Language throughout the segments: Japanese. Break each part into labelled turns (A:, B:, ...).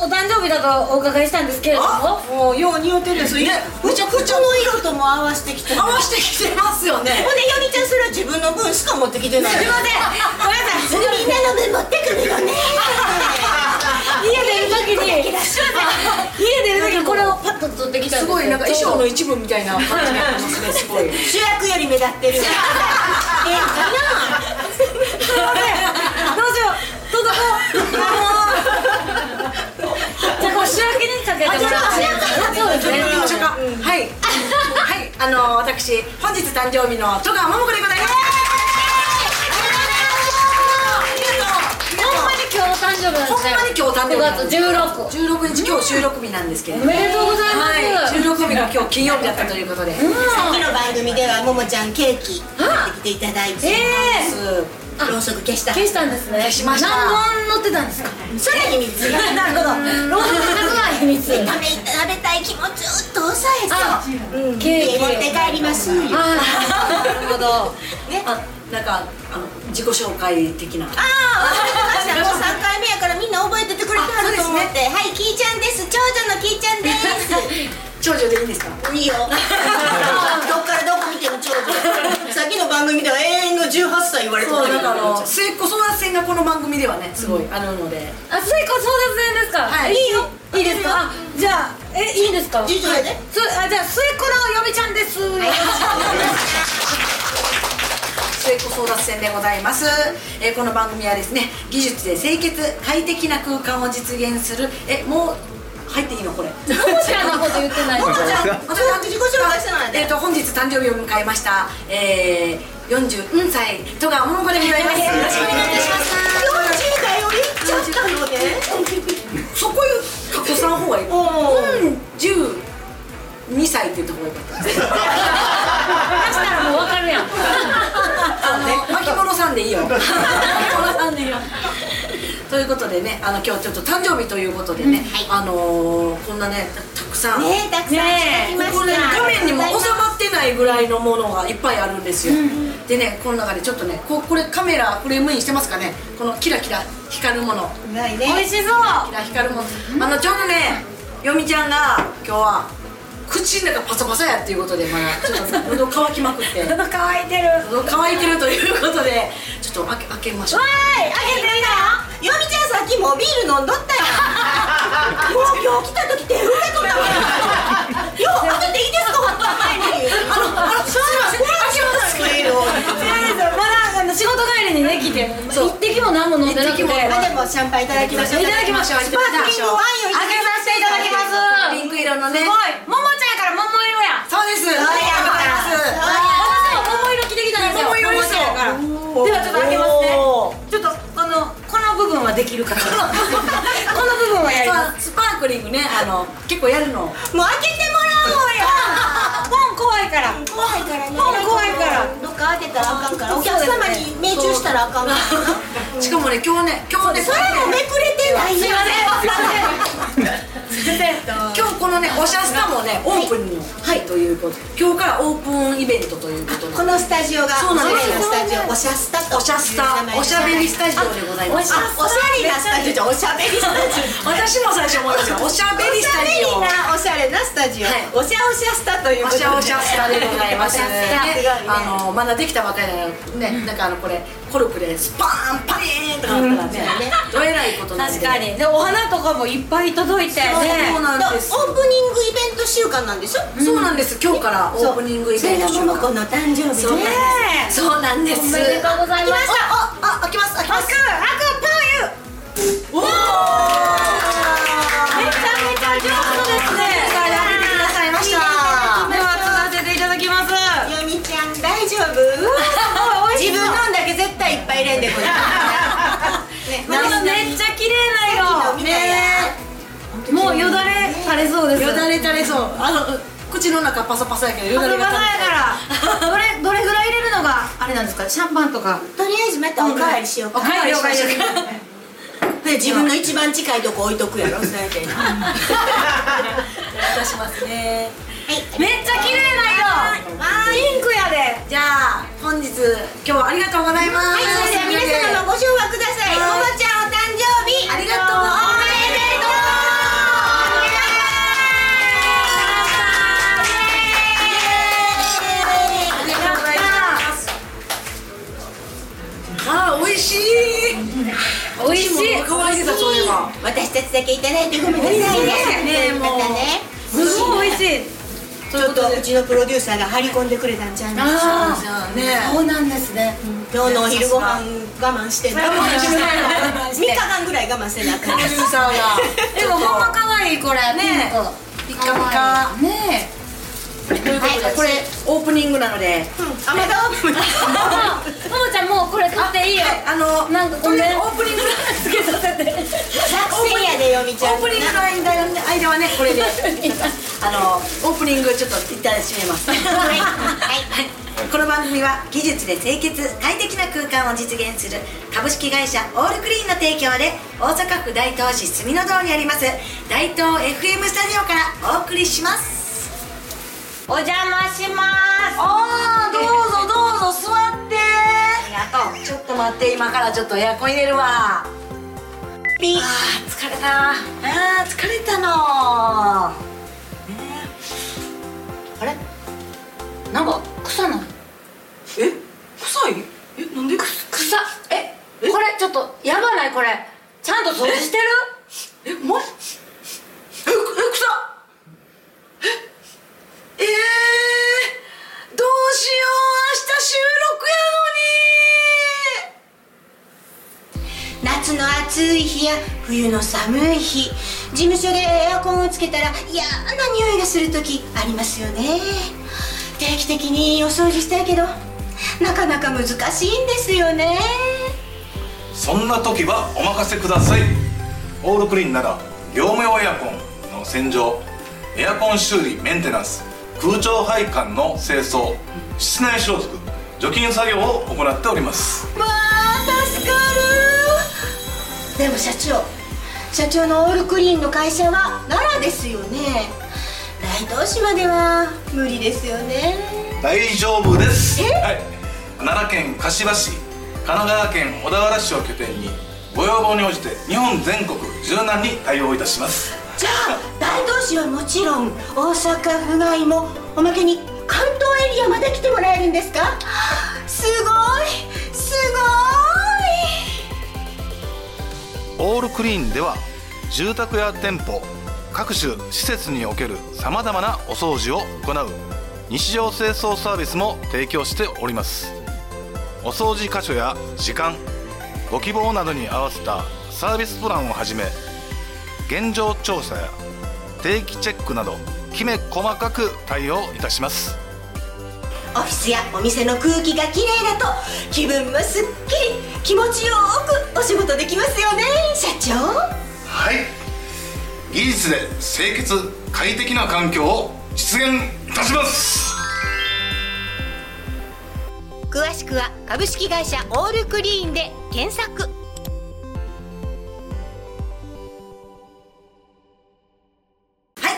A: とお伺いしたんですけれども
B: あもうよう似合うてるやついね
C: むちゃくちゃの色とも合わせてきて
B: 合わしてきてますよね
C: ほんでよりちゃんそれは自分の分しか持ってきてない
A: すいませんごめんなさい
C: みんなの分持ってくるよね
A: 家出る時にすいません家出る時にこれをパッと取ってきたんですよ
B: すごいなんか衣装の一部みたいな感じになってますねすごい
C: 主役より目立ってるええかな
A: すいませんどうしようどうぞじゃあこう仕分けにかけてもらってそうですね
B: 行きましょうかはいはいあの私本日誕生日の戸川桃子でございます
A: ほんまに今日誕生日なんですね
B: ほんまに今日誕生日
A: 5月16
B: 16日今日収録日なんですけれど
A: おめでとうござい
B: は
A: ま
B: い
A: す
B: 収録日が今日金曜日だったということで
C: さっきの番組ではももちゃんケーキ持ってきていただいて
A: ええあ
C: ろうそく消した
A: 消したんですね
B: 消しました
A: 何本乗ってたんですか
C: それ秘密 なるほど
A: ロードが秘密
C: 食べ食べたい気持ちをずっと抑えて
A: あ
C: うん
A: ケーキ
C: 持って帰りますあ
A: あ
B: なるほど
C: ね
B: あなんかあの自己紹介的な
C: あ忘れてましたもう3回目やからみんな覚えててくれてはると思っ
B: あそう
C: てはいキーちゃんです長女のキーちゃんです
B: 長女でいいんですか
C: いいよどっから どこ見ても長 女さっきの番組では永遠の18歳言われて
B: そうなんか
C: た
B: あの末っ子育て線がこの番組ではねすごいあるので
A: あそういう子争奪戦ですか
B: はい
A: いいよいいですかあじゃあえいいんですか
C: 次女やで
A: そあじゃあ末っ子の嫁ちゃんですよろしくお願いします
B: 末っ子争奪戦でございます、えーこの番組はですね技術で清潔快適な空間を実現するえもう入っていいのこれ
A: ももちゃんのこと言ってない
B: ももちゃん
C: ちょっと自己紹介してもらって
B: えー、と本日誕生日を迎えました、えー、44歳戸川桃子でございますよろしくお願いいたします
C: 40代よりちょっとのね
B: そこいう格好さん方がいい
C: おー
B: 12歳っていうところがよかったです
A: 出したらもうわかるやん
B: あのね巻物さんでいいよ 巻物さんでいいよということでねあの今日ちょっと誕生日ということでね、あのーこんなねたたくさん、
C: ねえたくさんしてきました
B: ここね画面にも収まってないぐらいのものがいっぱいあるんですよ、でねこの中でちょっとねここれカメラフレームインしてますかねこのキラキラ光るもの
C: うまい
A: 美味
C: ね
A: しそう
B: キラ光るものあのちょうどねよみちゃんが今日は口の中パサパサやっていうことでまだちょっと喉乾きまくって
A: 喉乾いてるわ
B: 喉乾いてるということでちょっと開け開けましょう
A: ーい開けてみた
C: よみちゃんさっきもうビール飲んど ったやんもう今日来た時手震えとったわよう開けていいですか本当は前にあのあのすいません開けますかビールを
A: 違うんですよまだあの仕事帰りにね来て
B: そう
A: 一滴も何も飲んでなくて
B: 一滴も飲んでな
C: あでもシャンパンいただきましょう
A: いただきましょう
C: スパークリングワインをいただきましょう
A: 開けさせていただきます
B: ピンク色のね
A: すごいももちゃんやからもも色や
B: そうです
C: うや
B: ありがとうござい
C: そうや
A: 私ももも色着てきたんですよ
B: 桃色ですよ
A: ももちゃんやからではちょっと開けますねちょっとこのこの部分はできるかなこの部分はやります
B: ますスパークリングねあの結構やるの
C: もう開けてもらおうよ
A: ポン怖いから
C: 怖いからね
A: もう怖いから
C: どっか当てたらあかんから
A: そう
C: お客様に命中したらあかんから
B: しかもね今日ね今日ね
C: それもめくれてない
A: すいません
C: よ
A: すいません
B: 今日このねおしゃスタもねオープンのはいということ今日からオープンイベントということ
C: こ
B: で
C: のスタジオが
B: そうなんですよ
C: 我々のスタジオおしゃスタと
B: おしゃスタおしゃべりスタジオでございま
A: お
B: す
A: し
C: あおしゃれなスタジオじゃんおしゃべりスタジオ
B: 私も最初思いましたおしゃべりスタジオ
C: おしゃべりなおしゃれなスタジオ、お
B: はい
C: しゃおしゃスタという
B: お
C: こと
B: し
C: で
B: ゃおしゃスタでござい ます。
C: おしゃスタ
B: ね
C: すごいね
B: あのまだできたばかりなのにね、なんかあのこれコルクでスパーンパリーンとかなったらね、どえらいことなんで。
A: 確か。にでお花とかもいっぱい届いてね
B: そうなんで
C: オ
B: す
C: ープニングイベント週間なんでしょ、
B: そうなんです。今日からオープニングイベント
C: それが桃子の誕生日ね
B: そうなんです。そうなんです。
A: おめでとうございます
C: ああ開きます開きます
B: おお。めち
A: めちゃめちゃ上手ですね
B: 開けてくださいました。
A: では取らせていただきます
C: よみちゃん大丈夫
A: おい美
C: 自分
A: 味しそう
C: のんだけ絶対いっぱい入れんでこ れね
A: なんかめっちゃ綺麗な
C: の
A: 色
C: みたいな
A: もうよだれ垂れそうです
B: よだれ垂れそう。あの口の中パサパサやけどよだれが
A: が
B: 垂れ
A: ないからどれどれぐらい入れるのがあれなんですかシャンパンとか
C: とりあえずまたおかわりしようか
B: おかわりしましょう
C: で自分の一番近いとこ置いとくやろそれではい
B: た出しますね。
A: めっちゃ綺麗な色ピンクやで
B: じゃあ本日今日はありがとうございます。
C: はいそれでは皆様ご唱和くださいも
B: はい
C: もちゃんお誕生日
B: あ
C: おめ
B: りがとう
C: でとう一つだけいただいてごめんなさいね
A: ねもう
C: またね
A: すごい美味しい
C: ちょっとうちのプロデューサーが張り込んでくれたんちゃいます
A: あ
B: じ
A: あ
B: ゃあね
A: そうなんですね
C: 今日のお昼ご飯我慢してな
A: 慢してな
C: 3日間ぐらい我慢してなあかん
B: プロデューサーが
A: でもほんま可愛いこれ
B: ね
A: ピンク
B: ピカピカ
A: 可愛いね
B: ということで、
C: はい
B: これオープニングなので
C: あまだオープン
A: あももちゃんもうこれ取っていいよ
B: あの
A: なんかごめん
B: とりあえずオープニングの
A: つけさせて
C: 作戦やでよみちゃん
B: オープニングの間ね間はねこれであのオープニングちょっと一旦閉めます
C: はいはい
B: この番組は技術で清潔快適な空間を実現する株式会社オールクリーンの提供で大阪府大東市住の堂にあります大東 FM スタジオからお送りします
C: お邪魔します
B: あーどうぞどうぞ座って
C: ありがとう
B: ちょっと待って今からちょっとエアコン入れるわ
C: ピ
B: あー疲れたあー疲れたの
A: あれなんか草の
B: え臭いえなんで
A: 草えこれちょっとやばないこれちゃんと掃除してる
B: えまええ草ええー、どうしよう明日収
C: 夏の
B: 録やのに
C: 暑い日や冬の寒い日事務所でエアコンをつけたら嫌な匂いがする時ありますよね定期的にお掃除したいけどなかなか難しいんですよね
D: そんな時はお任せくださいオールクリーンなら業務用エアコンの洗浄エアコン修理メンテナンス空調配管の清掃室内消毒除菌作業を行っております
C: わあ助かるでも社長社長のオールクリーンの会社は奈良ですよね大東市までは無理ですよね
D: 大丈夫です、
C: え
D: はい、奈良県柏市神奈川県小田原市を拠点にご要望に応じて日本全国柔軟に対応いたします
C: じゃあ大東市はもちろん大阪府外もおまけに関東エリアまで来てもらえるんですかすごいすご
D: オールクリーンでは住宅や店舗各種施設におけるさまざまなお掃除を行う日常清掃サービスも提供しておりますお掃除箇所や時間ご希望などに合わせたサービスプランをはじめ現状調査や定期チェックなどきめ細かく対応いたします
C: いオフィスやお店の空気がきれいだと気分もすっきり気持ちよくお仕事できますよね社長
D: はい技術で清潔快適な環境を実現いたします
C: 詳しくは株式会社オールクリーンで検索
B: は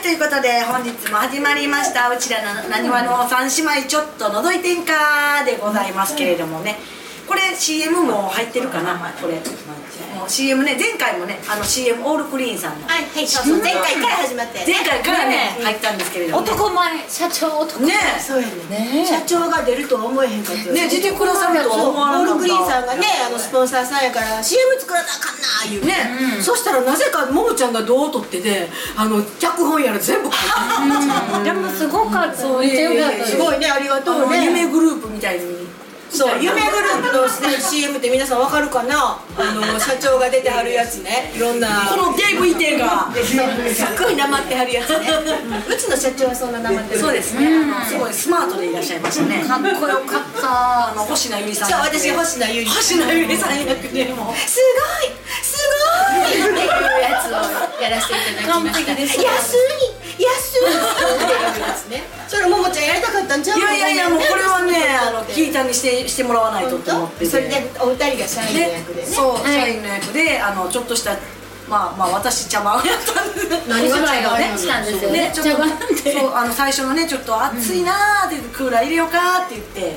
B: いということで本日も始まりましたうちらのなにわの三姉妹ちょっと覗いてんかでございますけれどもねこれ CM も入ってるかなこれもう CM ね前回もねあの CM オールクリーンさんの
C: はいはいそうそう前回から始まって
B: 前回からね
A: ね
B: 入ったんですけれどもね
A: 男前社長男
B: ね
C: そうやね
A: ね
C: 社長が出るとは思えへんかったよ
B: ね出てくださるとは
C: そう
B: 思わなか
C: オ
B: った
C: ールクリーンさんがねあのスポンサーさんやから CM 作らなあかんなあいう
B: ね
A: うん
B: そしたらなぜかももちゃんがどう撮っててあの脚本やら全部書いて
A: でもすごかっためっちゃ
B: て
A: よかったです
C: すごいねありがと
B: る
C: うね
B: 夢グループみたいに
C: そう夢グループのすでに CM って皆さんわかるかなあの社長が出てはるやつねいろんな
B: このデイブいてんが
C: すっごいなまってはるやつねうちの社長はそんななまってる
B: そうですねあのすごいスマートでいらっしゃいましたね
A: かっこよかった
B: あの星名由里さん
C: じゃあ私が星名ゆり
B: 星名由里さん役でも
C: すごいすごいっていうやつをやらせていただきました
A: 完璧です
C: 安い安いっていうやつねそれももちゃんやりたかったんちゃうい
B: いやいやいやもうこれはねあの聞いたにしてしてもらわないとと思ってて
C: それでお二人が社員の役でね
B: そう
A: い
B: 社員の役であのちょっとしたまあまあ私茶番をやったんです
A: 何が違うの
B: ね
A: したんですよね
B: ね、ちょっと
A: 茶番って
B: そうあの最初のねちょっと暑いなーって言ってクーラー入れようかーって言って、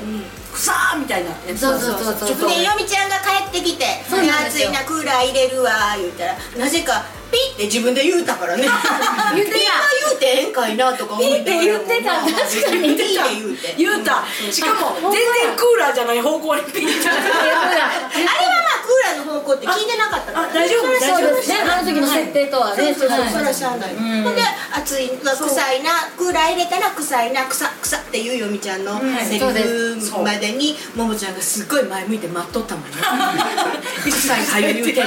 B: くさーみたいなやつ
A: そうそうそうそう
B: ちょっと
C: でよみちゃんが帰ってきて「
A: そうなんで
C: 暑
A: すよ
C: いなクーラー入れるわ」言うたらなぜか「ピッ」て自分で言うたから ねピッは言うてええんかいなとか思いながらも
A: ピッて言ってた確か
C: ピッ
A: に
C: て言うて
B: 言うた、しかも全然クーラーじゃない方向にピンチ
A: あ
C: あれはまあクーラらの方向って聞いてなかったから、
B: あ大丈夫
C: それ
B: 大丈
A: そう
B: 夫
A: ですねあの時の設定とはね
C: そうそう
A: はい
C: そらしゃあない、
A: うん
C: ほんで暑いな臭いなクーラー入れたら臭いな臭臭っていうよみちゃんの
A: はい
C: セリ
A: そうで
C: フまでにももちゃんがすっごい前向いて待っとった もんね臭いかゆい言うていや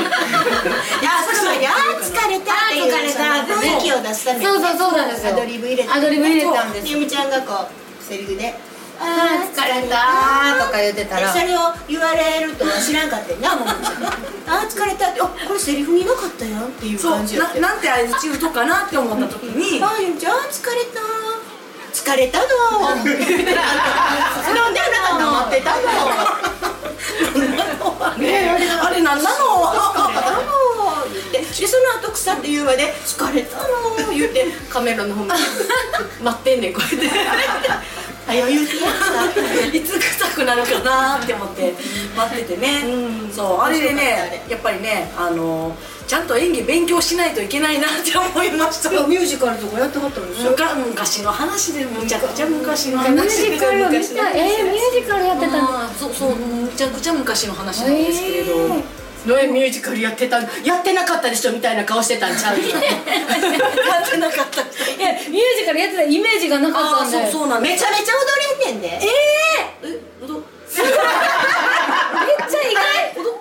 C: その前に「あー疲れた」っていう
A: あー疲れたってね
C: 雰囲気を出すために
A: そうそうそうなんですよ
C: アドリブ入れた
A: アドリブ入れたんです
C: ゆみちゃんがこうセリフで「あ
A: あー疲れた」とか言ってたら
C: それを言われるとは知らんかったよなもも ちゃんあー疲れたってあこれセリフになかったやんっていう
B: そう
C: 感じやっ
B: な
C: て
B: なんて相槌打とうかなって思った時に
C: あゆみちゃん疲れた疲れたの飲んでなかった待ってたの
B: あれなんなの
C: あの言ってでその後腐って言うまで疲れたの言ってカメラの方まで待ってんねんこうや って早言うて
B: いつ臭くなるかなって思って待っててね、
C: うん
B: そうあれで
C: 面白かった
B: ね
C: あ
B: やっぱりねあのちゃんと演技勉強しないといけないなって思いました
C: ミュージカルとかやってはったんで
B: むか昔の話でむちゃくちゃ昔の
A: ミュー
B: 話
A: ジカルを見たえー、ミュージカルやってたの
B: あーそうそうむちゃくちゃ昔の話なんですけれど、
A: え
C: どういうミュージカルやってたんやってなかったでしょみたいな顔してたん ちゃう
B: やってなかった
A: いやミュージカルやってたイメージがなかったんで
B: そうそうなん
C: め
B: で
C: ち
B: す
C: ゃめちゃ踊れんねんで、
B: えど
A: めっちゃ意外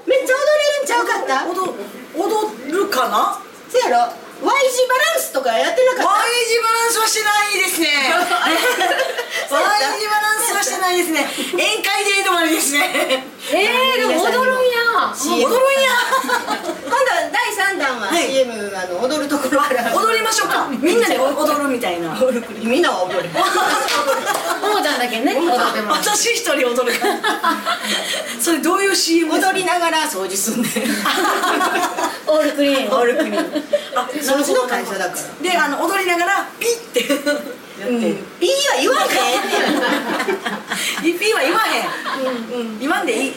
C: めっちゃ踊れるんちゃうかった
B: 踊踊るかな
C: そやろ Y 字バランスとかやってなかっ
B: Y 字バランスはしてないですね Y 字バランスはしてないですね宴会で止まりですね
A: えー、でも踊るんや
C: た CM
B: 踊るんや
C: 今度は第三弾は
B: はい
C: CM、あの踊るところから
B: 踊りましょうかみんなで踊るみたいな
C: 踊る国みんなは踊る
A: ももちゃんだけね踊ってます
B: 私一人踊るから それどういう CM ですか
C: 踊りながら掃除すんねん
A: オールクリーン
C: 踊る国
B: あ
C: そっちの会社だから
B: であの踊りながらピッて
C: うん、いいは言わんで
B: リ ピーは言わへん、言わんでいい、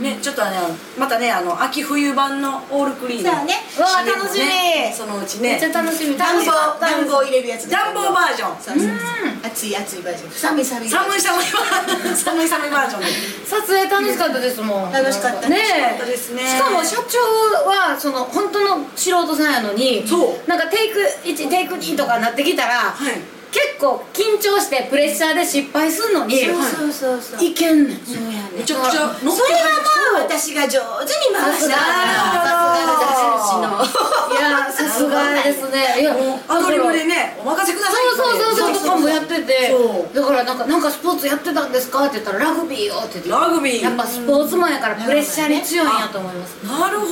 B: ねちょっとねまたねあの秋冬版のオールクリーン
C: そうね
A: わあ
B: CM も
A: 楽しみ
B: そのうち
A: め
B: ね
A: っちゃ楽しみ
C: 暖房暖房入れるやつ
B: 暖房バージョン
C: そうそうそう暑い暑いバージョン寒い寒い
B: 寒い寒いバー寒い寒いバージョンで
A: 撮影楽しかったですもん
C: 楽しかった
A: ね
B: 楽しかったですね
A: しかも社長はその本当の素人さんやのに
B: そう
A: なんかテイク1テイク2とかなってきたら、
B: い
A: 結構緊張してプレッシャーで失敗するのに、
C: そうそうそう
A: いけんねん
C: そうやね
B: めちゃくちゃ乗っ
C: そ
B: て
C: れはまあ私が上手に回した
A: さ
C: さすが
A: いやさすがですねいや
B: アドリブでねお任せください
A: そうそうそうそうとかもやってて
B: そう
A: だからなんか「なんかスポーツやってたんですか?」って言ったら「ラグビーよ」って言って
B: ラグビー
A: やっぱスポーツマンやからプレッシャーに強いんやと思います
B: なるほ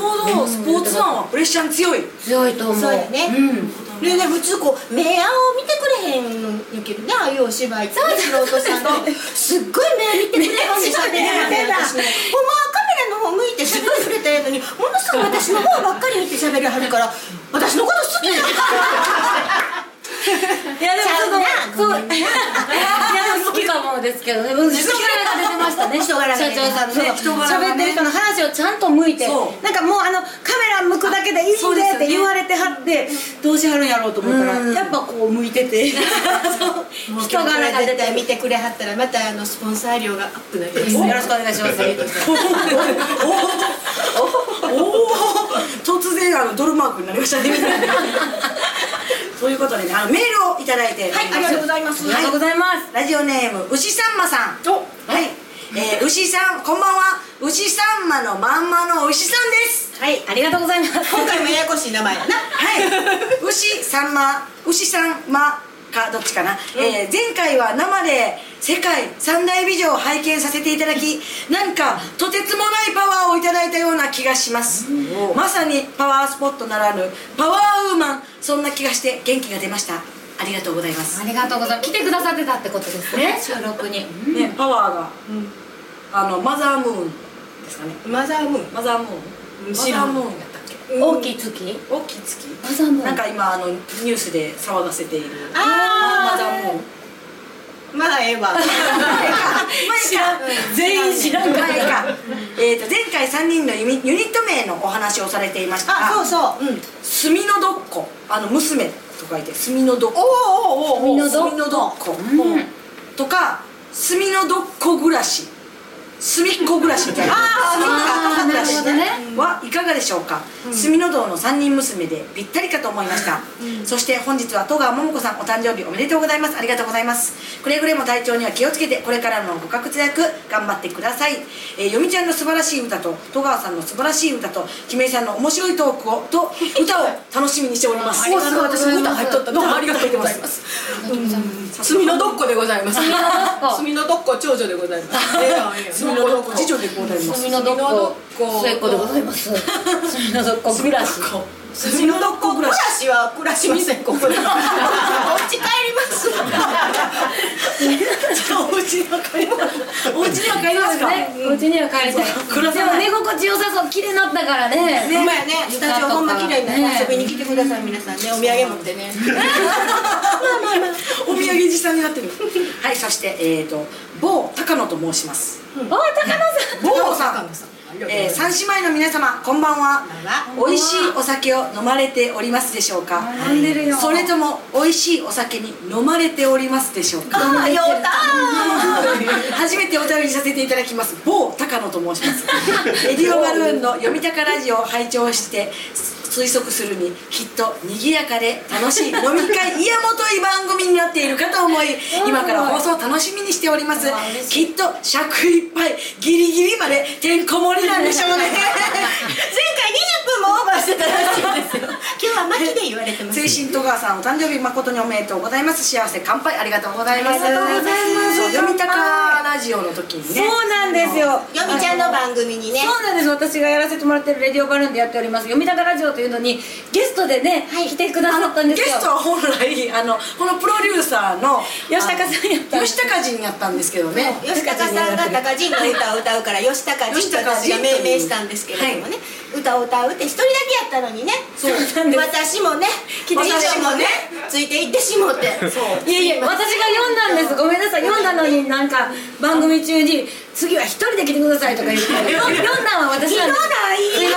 B: どスポーツマンはプレッシャーに強い
A: 強いと思う
C: そうやね
A: うん
C: でね普通こう目合を見てくれへんのにけどねああいうお芝居ってね素人さんのすっごい目見てくれへんのにしゃべれへんねん私ねほんまはカメラの方向いてすごい触れたやのにものすごい私の方ばっかり見てしゃべりはるから私のこと好きなん
A: いやでも
C: ちゃ
A: そうそう いやでも好きかもですけど ね人柄が出てましたね
C: 人柄が
A: 社
C: 出て
A: 長さんのね
B: 人柄がね
A: 喋ってる人の話をちゃんと向いて
B: そう
A: なんかもうあのカメラ向くだけでいい
B: そうんで
A: です
B: よね
A: って言われてはってどうしはるんやろうと思ったら
B: うん
A: やっぱこう向いて て そう人
C: 人
A: 柄
C: 柄
A: が
C: が
A: 出
C: 絶対
A: て
C: 見てくれはったらまたあのスポンサー料がアップなります
A: よろしくお願いします
B: おお突然あのドルマークになりまし たねみたいなということでねあのメールをいただいてはい
C: ありがとうございます
A: ありがとうございます
B: ラジオネーム牛さんまさん
C: お
B: はい、えー、牛さんこんばんは牛さんまのまんまの牛さんです
A: はいありがとうございます
C: 今回もややこしい名前やな
B: はい、牛さんま、牛さんまかどっちかな、えー前回は生で世界三大美女を拝見させていただきなんかとてつもないパワーをいただいたような気がします、まさにパワースポットならぬパワーウーマンそんな気がして元気が出ましたありがとうございます、
A: ありがとうございます来てくださってたってことですね収録に
B: ねパワーが、
C: ん
B: あのマザームーンですかね
C: マザームーン
B: マザームーン
C: うん
B: マザ
C: 知ら
B: ー
C: ん
B: ムーンやったっけ
A: 大きい月
B: 大きい月
A: マザームーン
B: なんか今あのニュースで騒がせている
C: あー
B: マザームーン
C: まあええわ
B: 知らん
A: 全員知らんか
B: 前
A: ら
B: か、えー、と前回3人のユニユニット名のお話をされていましたが
C: あそうそううん
B: 「すみのどっこ」あの娘と書いて「すみのどっこ」
C: お
A: おーおー
B: すみのどっこ
A: うん
B: とか「すみのどっこ暮らし」隅っこ暮らしみたいな
A: あー
B: 隅っこ暮らし
A: なるほ
B: はいかがでしょうか隅の堂の三人娘でぴったりかと思いました、そして本日は戸川桃子さんお誕生日おめでとうございますありがとうございますくれぐれも体調には気をつけてこれからのご活躍頑張ってください、えー、よみちゃんの素晴らしい歌と戸川さんの素晴らしい歌ときめいさんの面白いトークをと歌を楽しみにしております
C: もうすぐ私歌入っとったどうもありがとうございます住みのどっこでございます住みのどっこ長女でございます
B: 隅の堂次女でございます
A: 隅のどっこ
C: 隅のどっこ
A: 末っ子でございます隅のどっこ暮らし
C: 住みのどっこ暮らしは暮らしませんここでお家帰ります
B: お家には帰りますお家には帰りますか
A: ねうちには帰りたい
B: 暮らせない
A: でも寝心地良さそう綺麗になったからね
C: ねスタジオほんま綺麗になって遊びに来てください皆さんねお土産持って ね
B: お土産持参になってる はいそしてえっ、と某高野と申します
A: あ高野さん
B: 某さん
C: 高野さん
B: えー、三姉妹の皆様こんばんは
C: こんばん
B: 美味しいお酒を飲まれておりますでしょうか
A: 飲んでるよ
B: それとも美味しいお酒に飲まれておりますでしょうか
C: あーよ
B: 初めてお便りさせていただきます某高野と申します エディオバルーンの読み高ラジオを拝聴して推測するにきっと賑やかで楽しい飲み会いやもとい番組になっているかと思い今から放送を楽しみにしておりますきっと尺いっぱいギリギリまでてんこ盛りなんでしょうね
C: 前回20分もオーバーしてたらしいんですよ今日はマキで言われてます
B: 精神戸川さんお誕生日誠におめでとうございます幸せ乾杯ありがとうございます
C: ありがとうございます
B: そう読み高ラジオの時にね
A: そうなんですよ
C: よみちゃんの番組にね
A: そうなんです私がやらせてもらってる「レディオバルーン」でやっております「読みながラジオ」というのにゲストでね、来てくださったんです
B: ゲ
A: よ
B: ストは本来あのこのプロデューサーの
A: 吉高さんやったんです
B: 吉高陣やったんですけどね
C: 吉高さんが高人の歌を歌うから吉高人と私が命名したんですけれどもね、歌を歌うって一人だけやったのにね
A: そうなんです
C: 私もね
A: 来ていって
C: 私もねついていってしもって
A: いやいや私が読んだんですごめんなさい読んだのになんか番組中に「次は一人で来てください」とか言って読んだんは私
C: ひど
A: なん
C: ない
A: です
C: 私に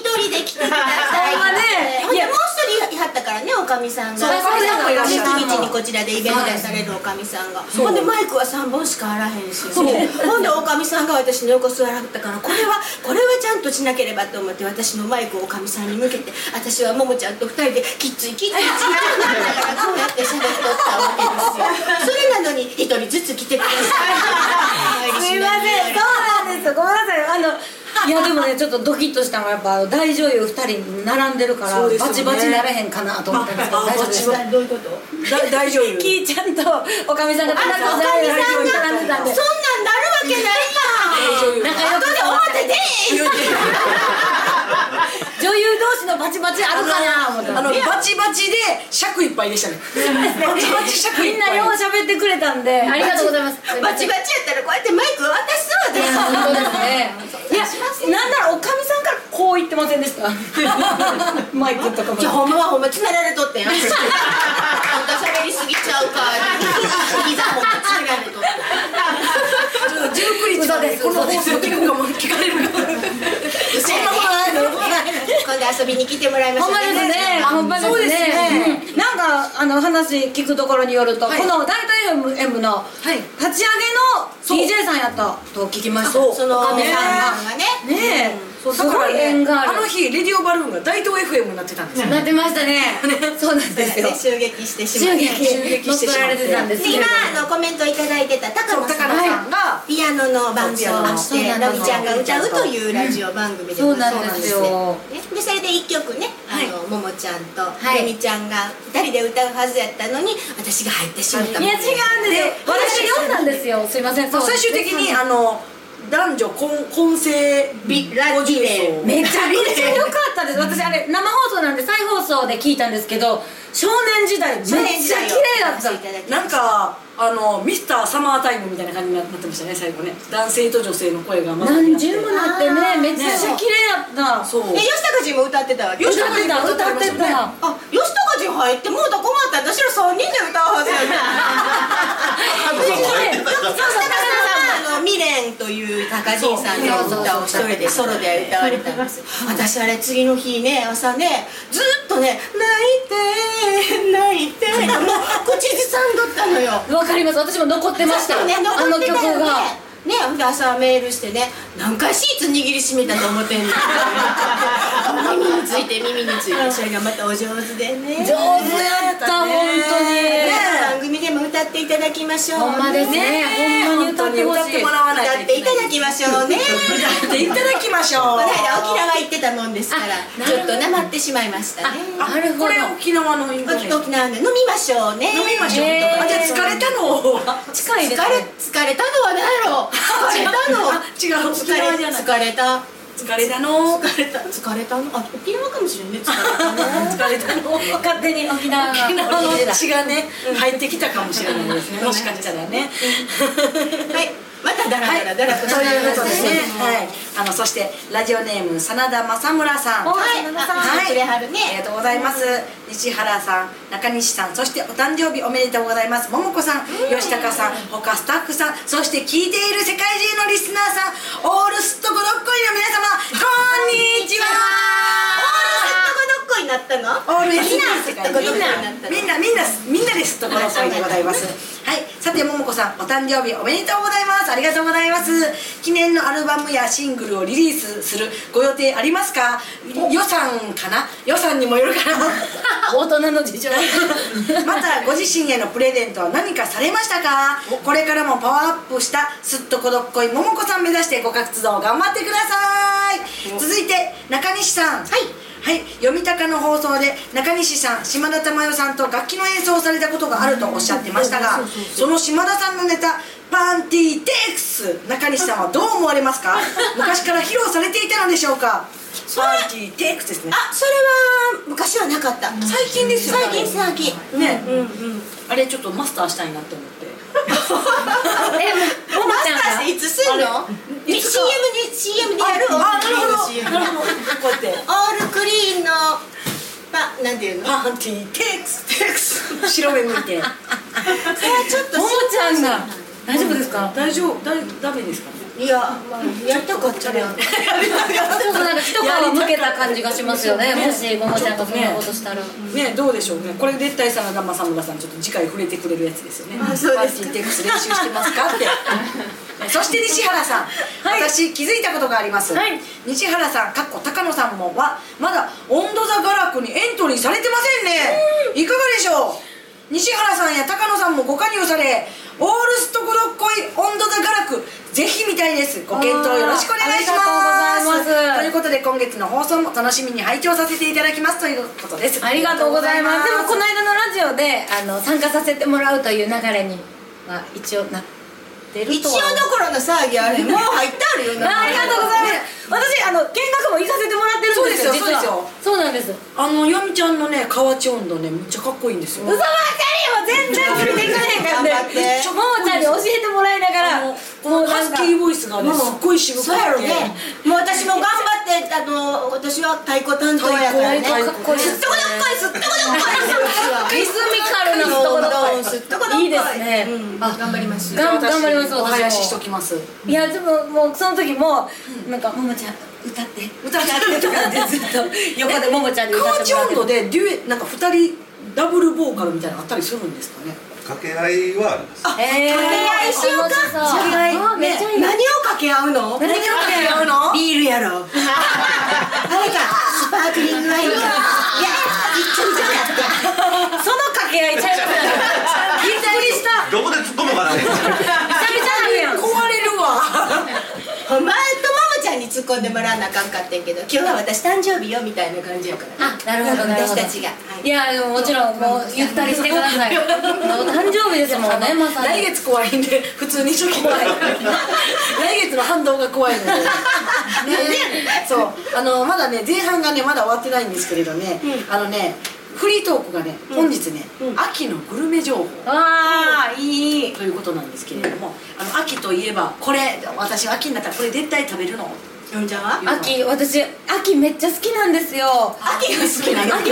C: 一人で来てください
A: ほんまね
C: ほん
A: い
C: で
A: や
C: もう一人いはったからねおかみさんが
A: そうおかみさんもいらっしゃ
C: 19
A: る
C: 日にこちらでイベントされるおかみさんがほんでマイクは3本しかあらへんしほ
A: うん
C: でおかみさんが私の横座らはったからこれはこれはちゃんとしなければと思って私のマイクをおかみさんに向けて私はももちゃんと2人できっついきっついきっついってなったからこうやって喋っとったわけですよそれなのに1人ずつ来てくださ い
A: すいませんそうなんですよごめんなさいあのいやでもねちょっとドキッとしたのはやっぱ大女優2人並んでるから、
B: そうですよ
A: バチバ
B: ね
A: チならへんかなと思ったんですけど
B: ああ
A: 大丈夫でし
B: バチバ
A: た
B: チ
C: どういうこと
B: だ大女優
A: キーちゃんとおかみさんが
C: あ、おかみさんが
A: 並ん
C: そんな
A: で
C: んな
A: たんで
C: るわけないやん
A: 仲良く
C: 後で表で
B: 言うて
A: 女優同士のバチバチあるかな思って
B: あのバチバチで尺いっぱいでしたねバチバチ尺
A: み
B: い
A: ん
B: っぱ
A: ないよう喋ってくれたんでありがとうございますすいま
C: バ
A: せ
C: チ
A: ん
C: バチやったらこうやってマイク渡すわ
A: い
C: で
A: や
C: す
A: 本当ですねいやなんならおかみさんからこう言ってませんでした マイクとかも
C: じゃあほんまはほんまつなられとってんあんた喋りすぎちゃうか膝もつなられとって
B: 19日までこの放送聞くかも聞かれるか
C: そんなことないの今度遊びに来てもらいましょ
A: ほ
C: うん
A: まですね。ほんまです
B: そうです
A: ね
B: ね。
A: うんなんかあの話聞くところによると、この大体 M M の
B: い
A: 立ち上げの DJ さんやったと聞きました。
B: そう
C: その
A: おかみさんが
C: がね
A: ねえ、
B: ら
A: すごい縁がある
B: あの。日レディオバルーンが大東 FM になってたんですよ
A: なってましたね。そうなんですよ。
C: 襲撃してしま
A: 襲
C: う
A: 撃
B: 襲撃
A: 乗っ
B: して
A: 取
B: しま
A: ら
B: って
A: れてたんですけれ
C: 今
A: ども。
C: あのコメントいただいてた高
B: そう
C: 野
B: 高野
C: さん
B: さんが
C: ピアノの伴奏をし
A: そう
C: て
A: なんだ
C: のびちゃんが歌うというラジオ番組で
A: そ
C: ご
A: う
C: ざい
A: な
C: ま
A: んですすよ。
C: ねでそれで一曲ねあの、ももちゃんと
A: い
C: ゆみ、ちゃんが二人で歌うはずやったのに私が入ってしまった
A: い
C: もん
A: や違うんですよ。私読んだんですよ。すいません。そう
B: 最終的にあの男女混混成美
C: ラジレ
A: めちゃくちゃ良かったです私あれ生放送なんで再放送で聞いたんですけど少年時代めっちゃ綺麗だ
C: 少年時代を歌
A: った
C: わせていただきました
B: なんかあのミスターサマータイムみたいな感じになってましたね最後ね男性と女性の声が混ざり合
A: 何
B: って
A: 十もなって
C: あ
A: ね
C: ー
A: めちゃくちゃ綺麗だった
B: そう
C: え吉高陣も歌ってたわけ
A: 歌ってた
B: 歌
A: 歌
B: っ
A: っててた
B: ましたよ
C: あ吉高陣入ってもうた困った私ら三人で歌うはずやった
A: 綺麗
C: 吉高さんはあの未練という高陣さんの歌を一人でソロで歌われたんです私あれ次の日ね朝ねずっとね泣いて泣いてもう口ずさんどったのよ
A: わかります私も残ってました
C: そうね
A: あ
C: 残
A: の
C: ってた
A: 曲
C: よね
A: が
C: ねほんで朝メールしてね何回シーツ握りしめたと思ってんの 耳について耳についてそれがまたお上手でね
A: 上手やった、本当に。
C: ね番組でも歌っていただきましょう
A: ほんまですねほんまに歌ってほしい
B: 歌ってもらわない
C: 歌っていただきましょうね
B: 歌っていただきましょう
C: この間沖縄行ってたもんですから
A: あ
C: ちょっとなまってしまいましたね
A: あなるほど
B: これ沖縄のインフル
C: 沖
B: エンザ飲
C: 沖縄で飲みましょうね
B: みましょう
A: へー
B: あじゃあ疲れたのは
A: 近い
C: 疲
A: で
C: れ
A: すね。
C: 疲れたのは何やろ 疲れたの
B: 違う沖縄じゃない
C: 疲れた
B: 疲れたの
C: 疲れた疲れたのあ沖縄かもしれんね疲れた の
B: 疲れたの
A: 勝手に沖縄が
B: 沖縄
A: 俺
B: の
A: ら
B: 血がね入ってきたかもしれないですねもしかしたらね
C: はい、またダラダラダラと
B: ということで
C: し
B: ね
C: て、
B: はい、あのそしてラジオネーム真田正村さん
A: お
C: はい、
A: 真
C: あ
A: 田さん
C: はい、くれはるね
B: ありがとうございます西原さん中西さんそしてお誕生日おめでとうございます桃子さん吉高さん他スタッフさんそして聞いている世界中のリスナーさんオールスとごどっこいの皆様こんにち
C: オールセットが
B: は
C: どっこになったの
B: オール
C: みんな
B: ス
C: セットがどっこになったの
B: みんなみんなみんなですところそいでございますはいさて桃子さんお誕生日おめでとうございますありがとうございます記念のアルバムやシングルをリリースするご予定ありますか予算かな予算にもよるかな
A: 大人の事情。
B: またご自身へのプレゼントは何かされましたかこれからもパワーアップしたすっとこどっこい桃子さん目指してご活動頑張ってください続いて中西さんはいはい、読み高の放送で中西さん島田珠代さんと楽器の演奏をされたことがあるとおっしゃってましたがその島田さんのネタ「パンティーテックス」中西さんはどう思われ ますか昔から披露されていたのでしょうかパンティーテックスですね
C: あ、それは昔はなかった
B: 最近ですよね
C: 最近最近
B: ね
C: うんうん
B: あれちょっとマスターしたいなって思って
A: え、もも
C: マ
A: ち
C: ス
A: ゃん
C: ター
A: が
C: していつすんの
B: あ
C: CM に CM でやる
B: ああなるほど
C: なるほど
B: こうやって
C: オールクリーンのま、なんていうのこ
B: パンティーテックステックス白目向いて
C: れはちょっと
A: ももちゃんが大丈夫ですか？
B: 大丈夫だダメですかね
C: いや、まあ、やりたかったね
A: ちょっとなんか一皮むけた感じがしますよね。もしももちゃんがそんなことしたら。
B: ねどうでしょうねこれ絶対真田正村さんちょっと次回触れてくれるやつですよね
C: あそうですか
B: パンティーテックス練習してますか ってそして西原さん、私気づいたことがあります、
A: はい
B: 西原さんかっこ高野さんもはまだ「温度座ガラク」にエントリーされてませんねいかがでしょう西原さんや高野さんもご加入されオールストコロッコイ温度座ガラクぜひ見たいですご検討よろしくお願いします
A: ありがとうございます
B: ということで今月の放送も楽しみに拝聴させていただきますということです
A: ありがとうございます。でもこの
B: な
A: 間のラジオであの参加させてもらうという流れには一応なってる
C: 一
A: と
C: 応
A: は。
C: どころの騒ぎあれもう入ってあるよ
A: あありがとうござい
B: ね
A: ます。私あの見学も行かせてもらってるんですよ。
B: そうですよ
A: 実はそうなんです。
B: あのやみちゃんのね河内温度ねめっちゃかっこいいんですよ
A: 嘘ばっかりよ全然降りてくれへんか
C: 頑張って
A: らももちゃんに教えてもらいなが
B: あ
A: ら
B: のこのハスキーボイスがねすっごい渋くて
C: そうやろねもう私も頑張ってあの私は太鼓担当やからね
B: 太鼓
A: かっこいいです
C: すっとこどっこいすっとこどっこい
A: リズミカルなすっとこどっこい
C: すっとこどっこい
A: いいですね
C: うん
A: あ
C: 頑張ります
A: がん頑張ります
B: お囃子し
A: 私
B: と
A: も
B: きます
A: いやでももうその時もなんか「ももちゃん歌って
B: 歌って
A: とかってずっと 横でももちゃんに歌
B: 河
A: って
B: 内
A: もらっ
B: 温
A: て
B: 度でデュエなんか二人ダブルボーカルみたいなのあったりするんですかね
E: 掛け合いはあります
A: ええ
C: 掛け合いしようか
A: 掛け合いあめっちゃいい
C: 何を掛け合うの
A: 何を掛け合うの
C: ビールやろあれかスパークリングワインかいや一丁一丁やって
A: その掛け合いちゃいますびっくりした
E: どこで突っ込むかな
A: めちゃめちゃあるやん
B: 壊れるわ
C: ほんまとももちゃんに突っ込んでもらわなあかんかってんけど今日は私誕生日よみたいな感じやから
A: あ、なるほどなるほど
C: 私たちがはい
A: いやでももちろんもうゆったりしてくだ さいお誕生日ですもんねまさ
B: 来
A: に
B: 月怖いんで 普通にしとき たい来月の反動が怖いのでねそうあのまだね前半がねまだ終わってないんですけれどね、あのねフリートークがね本日ね、秋のグルメ情報
A: あーいい
B: ということなんですけれども、あの秋といえばこれ私は秋になったらこれ絶対食べるの
C: 呼んじゃわ
A: 秋私秋めっちゃ好きなんですよ
C: 秋が好き なの
A: 秋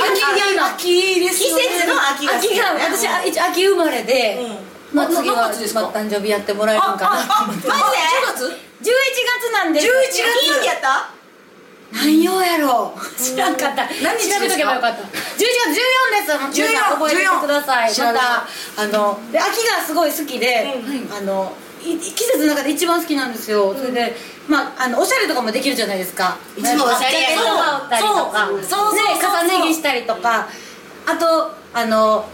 A: が
B: 秋です
C: 季
B: よね
C: 節の秋が好
A: 秋
C: き
A: が
C: なの
A: 私あ一秋生まれで
B: うん
A: まあ次は
B: あ何月ですか
A: まあ誕生日やってもらえるんかな
C: ああマジで
B: 10月
A: 11月なんです
C: 金曜日やった
A: 何曜やろう知らんかった
B: 何日ですか
A: 調べとけばよかった11月14です皆さん覚えててください
B: 14
A: またあので秋がすごい好きで、あのい季節の中で一番好きなんですよ、それでまああのおしゃれとかもできるじゃないですか
C: いつもおしゃれやけど
A: そうそうそうそうね重ね着したりとかあとあの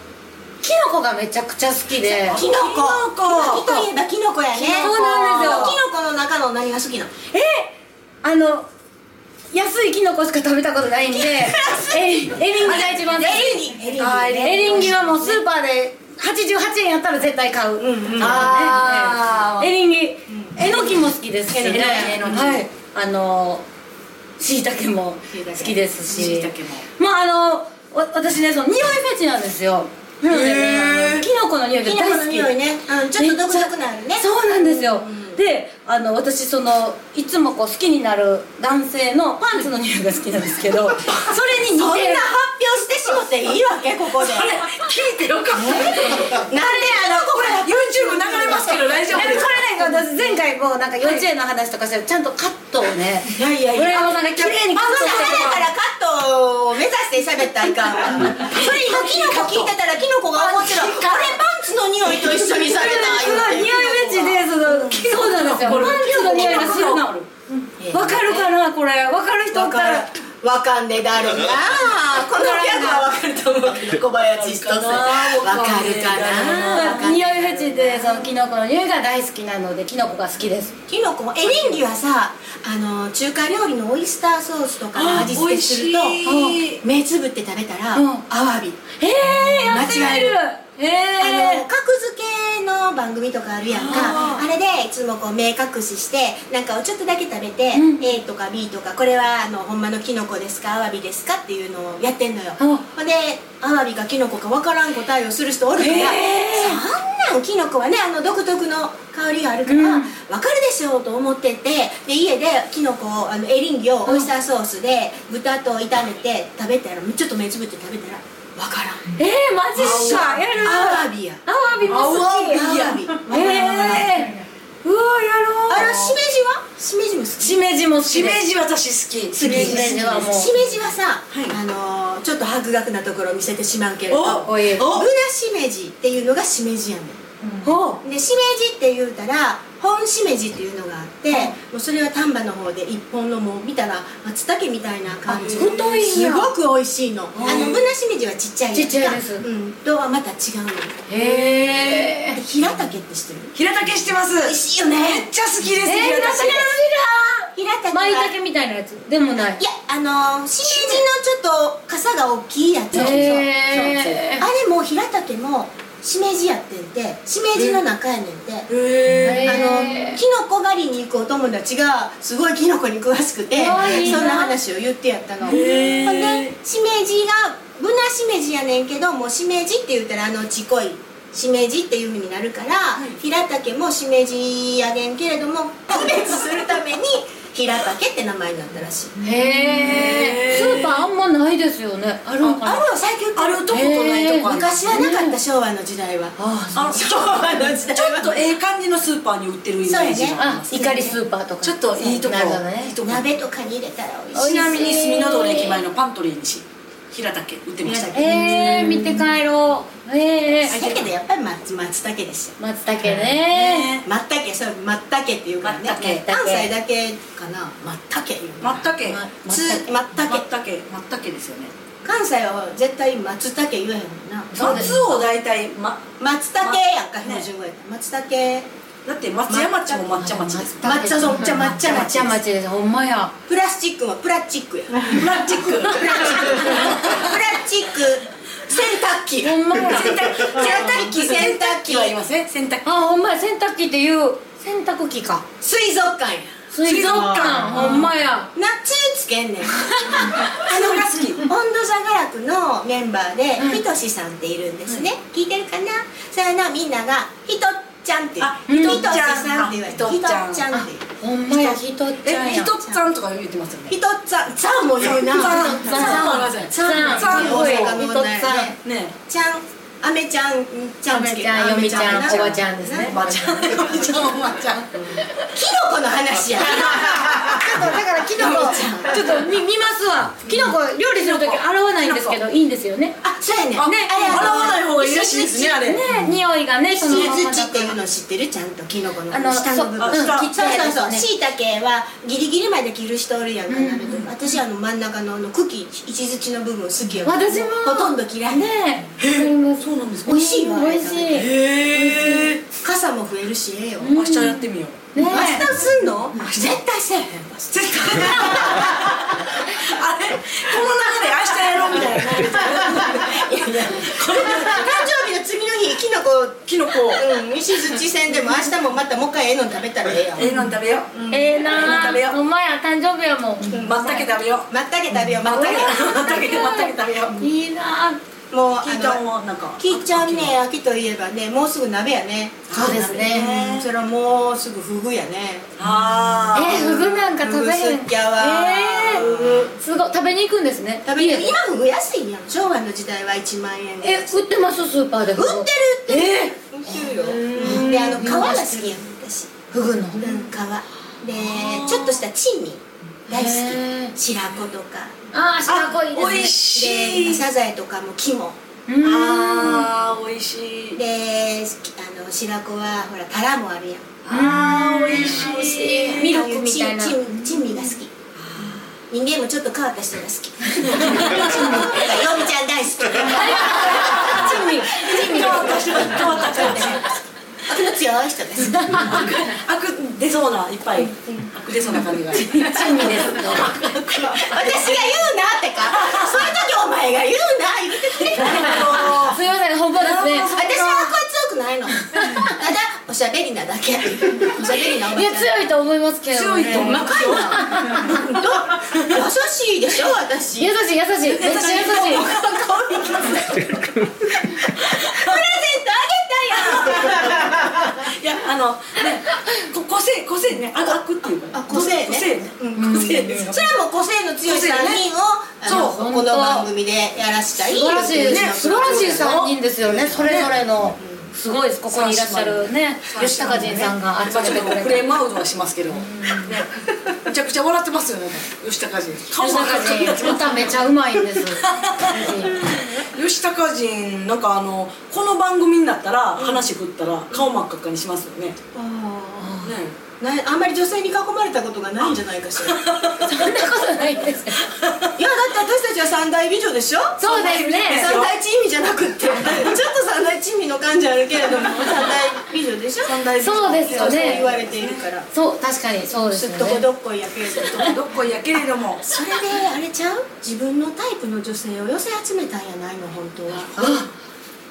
A: キノコがめちゃくちゃ好きで
C: キノコ
B: キノコ
C: 秋といえばキノコやね
A: そうなんですよ
C: キノコの中の何が好きなの
A: えあの安いキノコしか食べたことないんでえエリンギが一番好きエリンギあーエリンギはもうスーパーで88円やったら絶対買う、あ
B: あ
A: ー
B: ー
A: エリンギえのきも好きですしね
B: えのきえのき
A: はいあのしいたけも好きですし
B: 椎茸も
A: まああのわ私ねその匂いフェチなんですよなのでねキノコの匂いが
C: キ
A: 大好き
C: ノコの匂いね、うん、ちょっと独特なのね
A: そうなんですよ、であの私そのいつもこう好きになる男性のパンツの匂いが好きなんですけどそれに似てる
C: 表してしもていいわけここで
B: 聞いてよかった
C: なんであのこれ
B: YouTube 流れますけど大丈夫
A: で
B: で
A: も
B: す
A: こ
B: か
A: れなんか私前回もうなんか幼稚園の話とかしたらちゃんとカットをね
C: いやいやいや
A: 村山さんが綺麗に
C: あ
A: カット
C: ま
A: し
C: だ
A: て
C: 花
A: くれた
C: からカットを目指して喋ったらいかんわそれ今キノコ聞いてたらキノコが思ってる俺パンツの匂いと一緒にされた
A: すごい匂いフェチでそのそうなんですよパンツの匂いがするのわかるかなこれわかる人お
C: わ
A: った
C: からるわかんでだるなこのギャグはわかると思うけど小林一生わかるかな
A: 匂いフェチでそのキノコの匂いが大好きなのでキノコが好きです
C: キノコもエリンギはさあの中華料理のオイスターソースとかの味付けすると
B: あ美味しい
C: うん目つぶって食べたら、
A: うん
C: アワビ
A: へえやってみ
C: 間違え
A: る
C: る
A: へ
C: あ
A: え
C: の格付けの番組とかあるやんかあれでいつもこう目隠ししてなんかをちょっとだけ食べて、
A: うん
C: A とか B とかこれはあのほんまのキノコですかアワビですかっていうのをやってんのよ
A: あ
C: ほんでアワビかキノコかわからん答えをする人おるから、
A: へー
C: そんなんキノコはねあの独特の香りがあるから、
A: うん
C: わかるでしょうと思っててで家でキノコをあのエリンギをオイスターソースで豚と炒めて食べたらちょっと目つぶって食べたらわからん
A: えー、マジっすかやる
C: アワビや
A: アワビも好き
C: アワビ
A: ええー、うわやろう
C: あらしめじはしめじも好き
A: しめじも好
B: し
A: きで
B: め
A: す
B: じ私好き
A: しめじはもう
C: しめじはさ、
B: い
C: あのーちょっと博学なところを見せてしまうけれど
A: おおいい
C: ブナしめじっていうのがしめじやねん
A: ほ
C: でしめじって言うたら本しめじっていうのがあって、もうそれは丹波の方で一本のもう見たら松茸みたいな感じ
A: あ太いん
C: す
A: や
C: ごく美味しいのあのブナしめじはちっちゃいやんか
A: ちっちゃいです
C: うん、とはまた違うの
A: うへえ
C: で平竹って知ってる
B: 平竹してます美味
C: しいよね
B: めっちゃ好きです
A: え
B: 平
A: ー、
B: 竹
A: 私が
C: 平竹は
A: マイタケみたいなやつでもない
C: いやあのーしめじのちょっと傘が大きいやつ
A: へえ
C: あれも平竹もしめじやってんてしめじの中やねんて、
B: へ
C: あ
A: へ
C: のキノコ狩りに行くお友達がすごいキノコに詳しくて
A: かわいいな
C: そんな話を言ってやったのほん
B: へー
C: でしめじがブナしめじやねんけどもうしめじって言ったらあのちっこいしめじっていうふうになるから、平竹もしめじやねんけれども区別するために平竹って名前になったらしい
A: へえスーパーあんまないですよねあるんかな
C: あるよ最近
B: あるとことないとこある
C: 昔はなかった昭和の時代は
A: あー
B: あの
C: 昭和の時代
B: ちょ
C: は
B: っとええ感じのスーパーに売ってるイメージ
C: そう
B: が
C: やね
B: あり
A: あ
B: ます、
A: 怒りスーパーとか
B: ちょっといいとこ
A: なるほどね
B: いいとこ
C: 鍋とかに入れたら美味しい
B: ちなみに住の堂の駅前のパントリーにし平竹売ってました
A: えー、見て帰ろうええ
C: だけどやっぱり松松茸でした
A: 松茸ね
C: 松茸それ松茸っていうからね
B: 松茸
C: 関西だけかな松茸いうの
B: まったけ
A: ま
C: つ松
B: ま
C: 茸
B: ったけまったけですよね
C: 関西は絶対松茸言えへんもんな
A: そうです
B: 松を大体、ま、
C: 松茸やんか標
B: ね
C: 準語やったら松茸
B: だって松山町も抹茶町です
C: ま抹茶そう抹茶抹茶
A: 抹茶抹茶ですほんまや
C: プラスチックはプラスチックやプラ
B: プラスチック
C: スチック洗濯機
A: ほんまや
C: 洗濯機洗濯機
B: は言いません洗濯
A: あほんまや洗濯機っていう洗濯機か
C: 水族館や
A: 水族館ほんまや
C: なつゆつけんねんあ
B: それが好き
C: の温度差が楽のメンバーでひとしさんっているんですね、聞いてるかなそれのみんながひとっちゃんっていう
B: あ
C: ひ
B: ひ
C: と
B: と
C: っ
B: っ
C: ち
B: ち
C: ゃ
B: ゃん
C: んって言われてひとっ
B: あ
C: ちゃんっていう
A: ほんまやひとっちゃん
B: え、ひ
A: や
B: とっちゃんとか言ってますよね
C: ひとっちゃんちゃんも言うな
B: ちゃん
C: ちゃん
B: ちゃん
C: ちゃん
A: ちゃん
C: 大阪の問題
A: ひとっちゃん
C: ね
B: ね
C: ちゃんアメちゃんちゃんつけ
A: アメちゃん
C: アメ
A: ヨミちゃ
C: ア
A: ん
C: メ
A: おばちゃんですね
C: おばちゃんキノ
B: ちゃんおばちゃん
C: コの話や
A: ちょっとだからキノコちょっと見見ますわキノコ料理する時洗わないんですけどいいんですよね
C: あそうやね
B: あ
A: ね
C: あれあの
B: 洗わない方がいいらしいですねあれ
A: ね匂いがねそのまま
C: 石
A: だ
C: 槌ってい
A: か
C: うの知ってるちゃんとキノコの
A: らあの
C: 下
A: そ
C: の
A: う
C: 部
A: う
C: 分
A: ん
B: あ下
A: 切っ
C: そう
A: たや
C: そう
A: つ
C: そう、
A: ね
C: しいたけはギリギリまで切る人おるやんか、なると私あの真ん中のあの茎石槌の部分好きやから
A: 私も
C: ほとんど嫌い
A: ねえそうなんです
C: 美味しいわ
A: 美味しいね
B: へえ
C: 傘も増えるしええよ、
B: 明日やってみよう
A: え
C: 明日すんの絶対せえへん
B: 絶対あれこの流れ明日やろうみたいないやいやこれ
C: 誕生日の次の日キノコ
B: キノコ
C: うん石槌せんでも明日もまたもう一回ええの食べたらええやん
B: ええの食べよう
A: ええな
B: 食べよう
A: お前や誕生日やもん
B: まったけ食べよう
C: まったけ食べようま
B: ま
C: っ
B: った
C: た
B: け
C: け
B: まったけまったけ食べよう
A: いいな
C: もうあ
B: キーちゃん
C: の
B: もなんか
C: きーちゃんね秋といえばねもうすぐ鍋やね
A: そうですね
C: うんそれはもうすぐフグやね
B: あ
A: え
B: ー
A: フグなんか食べ
C: フ
A: へん
C: グ好きやわ
A: ええすごい食べに行くんですね
C: 食べて
A: 家
C: 今フグ安いやん昭和の時代は1万円
A: え
C: で
A: 売ってますスーパーで
C: 売ってる売ってる
B: え
C: 売ってるよであの皮が好きやん私
A: フ
C: う
A: グの
C: ん皮でちょっとした珍味大
A: へ
C: 好
A: ー
C: き白子とか
A: ああ下こい
B: 美
A: で
B: 味
A: す
B: し
C: で
B: い
C: サザエとかも肝
A: ねうん
B: あー美味しい
C: であの白子はほらタラもあるやん
B: あー美味 しい
A: ミルクみたいな
C: ああう珍珍味が好き人間もちょっと変わった人が好き珍味ヨミちゃん大好き
A: 珍味珍味
B: 変わった人変わった人
C: 悪の強い人が好き
B: アク出そうないっぱいアク出そうな感じが
A: 珍味です
C: 私が言うなってかそういう時お前が言うな言ってくれる
A: すいません本当です
C: 私
A: ね
C: はこれ強くないのただおしゃべりなだけおしゃべりなおば
A: い
C: ちゃ
A: や
C: ん
A: 強いと思いますけど
B: 強いと思う
C: 若いなど優しいでしょ私
A: 優しい優しいめっちゃ優しい
C: プレゼントあげたやん
B: いやあのねこ個性個性ねあアクっていうか
C: あ個性ね
B: 個性ね
C: うん
B: 個性ですよ
C: それはもう個性の強い3人をあの
B: そう
C: ここの番組でやらしたい
A: 素晴らしい
C: ね
A: 素晴らしい三人ですよねそれぞれのすごいですここにいらっしゃるね吉高仁さんが集
B: まあち
A: め
B: ょ
A: て
B: っと
A: くれ
B: クレー
A: て
B: ムアウトはしますけどねめちゃくちゃ笑ってますよね吉高人顔
A: 吉
B: も
A: 高
B: 赤くなって
A: 仁
B: ます
A: 歌めちゃうまいんです
B: 吉高人なんかあのこの番組になったら話振ったら顔真っ赤っかにしますよねね
C: あーなあんまり女性に囲まれたことがないんじゃないかしらいやだっ
A: そんなことないです
C: て私たちは三大美女でしょ
A: そうですね
C: 三大珍味じゃなく ってちょっと三大珍味の感じあるけれども三大美女でしょ三大
A: 女そうですよね
C: 言われているから
A: そう確かにそうです
C: すっ
A: よ
C: とこ
A: ね
C: どっこいやけれども
B: どっこいやけれども
C: それであれちゃう自分のタイプの女性を寄せ集めたんやないの本当は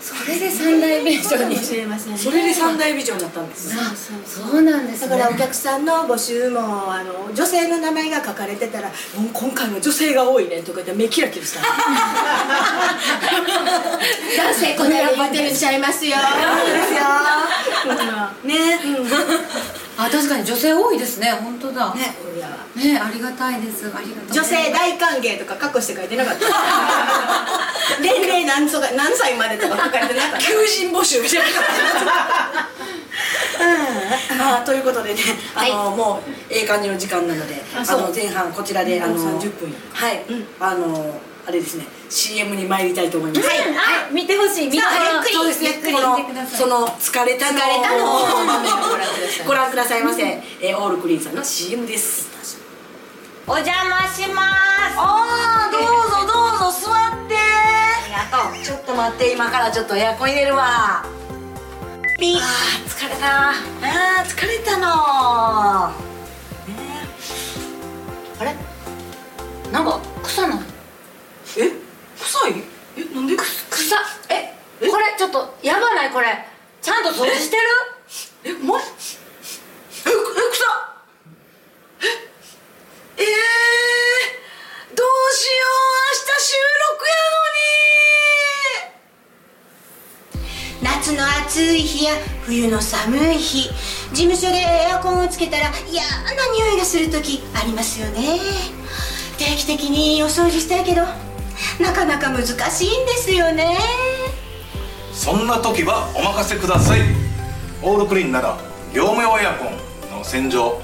A: それで三大名
C: そう
A: 所
C: かも
A: に
C: しれませんね
B: それで三大美女になったんです
A: あそうなんです
C: だ
A: ね
C: からお客さんの募集もあの女性の名前が書かれてたら「うん今回は女性が多いね」とか言って目キラキラした男性この間言ってらっしゃいますよそうですよ、
B: ね
A: あ確かに女性多いですね本当だね
C: ねこりゃは
A: ありがたいですありがたい
C: 女性大歓迎とかカッコして書いてなかった年齢何とか何歳までとか書かれてなかった
B: 求 人募集みたいなあーということでね、あの、もうええ感じの時間なので、あ
C: そう
B: の前半こちらで、あの
C: もう30分や
B: はい、あのあれですね、CM に参りたいと思います。
A: はいはい見てほしい見て
C: さあゆっくり
B: そうですね
C: ゆっく。り
B: この
A: 見てください
B: その疲れたの
C: 疲れたのを
B: を ご覧くださいませ。えーオールクリーンさんの CM です。
F: お邪魔します
B: ああどうぞどうぞ座っ
F: あ
B: て。
F: りがとう
B: ちょっと待って今からちょっとエアコン入れるわ。
F: ピあー疲れたあー疲れたのあれなんか臭ない
B: え臭い？えなんで？
F: 臭っえこれちょっとやばないこれちゃんと掃除してる
B: えまええ草ええー、どうしよう明日収録
G: 夏
B: やのに
G: の暑い日や冬の寒い日事務所でエアコンをつけたら嫌な匂いがする時ありますよね定期的にお掃除したいけどなかなか難しいんですよね
D: そんな時はお任せくださいオールクリーンなら業務用エアコンの洗浄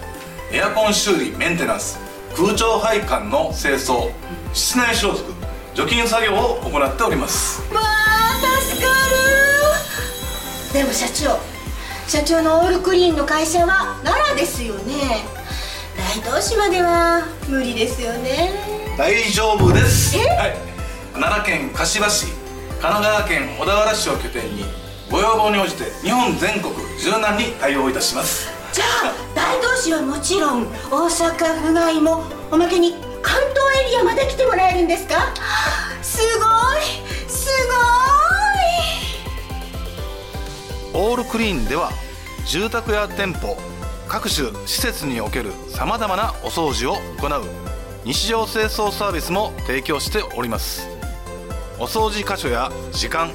D: エアコン修理メンテナンス空調配管の清掃室内消毒除菌作業を行っております
G: わあ助かるでも社長社長のオールクリーンの会社は奈良ですよね大東市までは無理ですよね
D: 大丈夫です、
G: え
D: はい、奈良県柏市神奈川県小田原市を拠点にご要望に応じて日本全国柔軟に対応いたします
G: じゃあ大東市はもちろん大阪府外もおまけに関東エリアまで来てもらえるんですかすごいす
D: オールクリーンでは住宅や店舗各種施設におけるさまざまなお掃除を行う日常清掃サービスも提供しておりますお掃除箇所や時間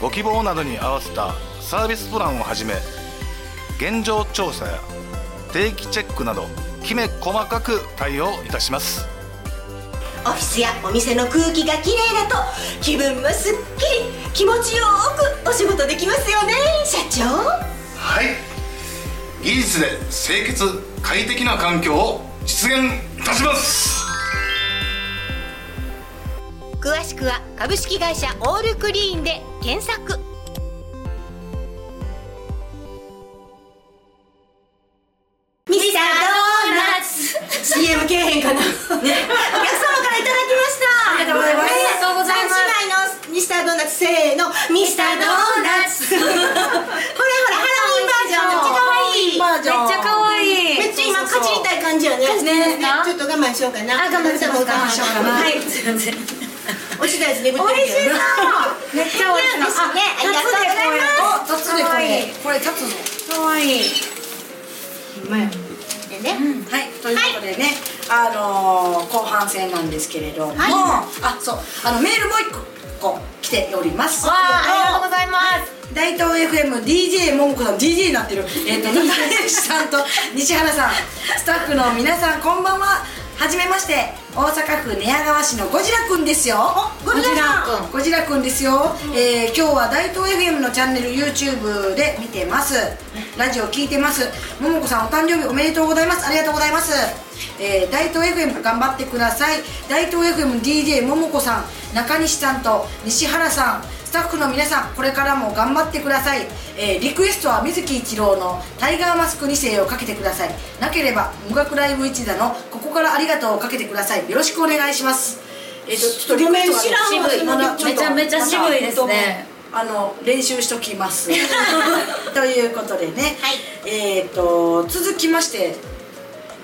D: ご希望などに合わせたサービスプランをはじめ現状調査や定期チェックなどきめ細かく対応いたします
G: ごいオフィスやお店の空気がきれいだと気分もすっきり気持ちよくお仕事できますよね社長
D: はい技術で清潔快適な環境を実現いたします
H: 詳しくは株式会社オールクリーンで検索
C: ミスタードーナツ CM けえへんかなねお客様からいただきましたありがとうございますありがとうございます姉妹のミスタードーナツせーのミスタードーナツこれほらハロウィンバージョンめっちゃ可愛いめ
A: めっちゃ可愛い
C: っちゃ今かじりたい感じよねねちょっと我慢しようかなあ我慢しようかな我慢しようかなはいおちたやつ眠ってるけどな
A: めっちゃ美味しい
C: ねありがとうございます
B: あ立つねこれこれ立つぞ
A: 可愛い
B: はい、ということでね、あのー後半戦なんですけれども、あ、そう、あのメールもう一個来ております。
A: わあありがとうございます
B: 大東 FM DJ ももこさん DJ になってるえっ、と中西さんと西原さんスタッフの皆さんこんばんははじめまして大阪府寝屋川市のゴジラくんですよゴジラくんゴジラくんですよ、えー今日は大東 FM のチャンネル YouTube で見てますラジオ聞いてますももこさんお誕生日おめでとうございますありがとうございますえー大東 FM 頑張ってください大東 FMDJ ももこさん中西さんと西原さんスタッフの皆さんこれからも頑張ってください、えーリクエストは水木一郎の「タイガーマスク2世」をかけてくださいなければ無学ライブ一座の「ここからありがとう」をかけてくださいよろしくお願いしますえっ、とちょっとリクエストが
A: ごめん知らんわ
B: まだょっと
A: めちゃめちゃ渋いですね
B: あの練習しときます ということでね、えっ、と続きまして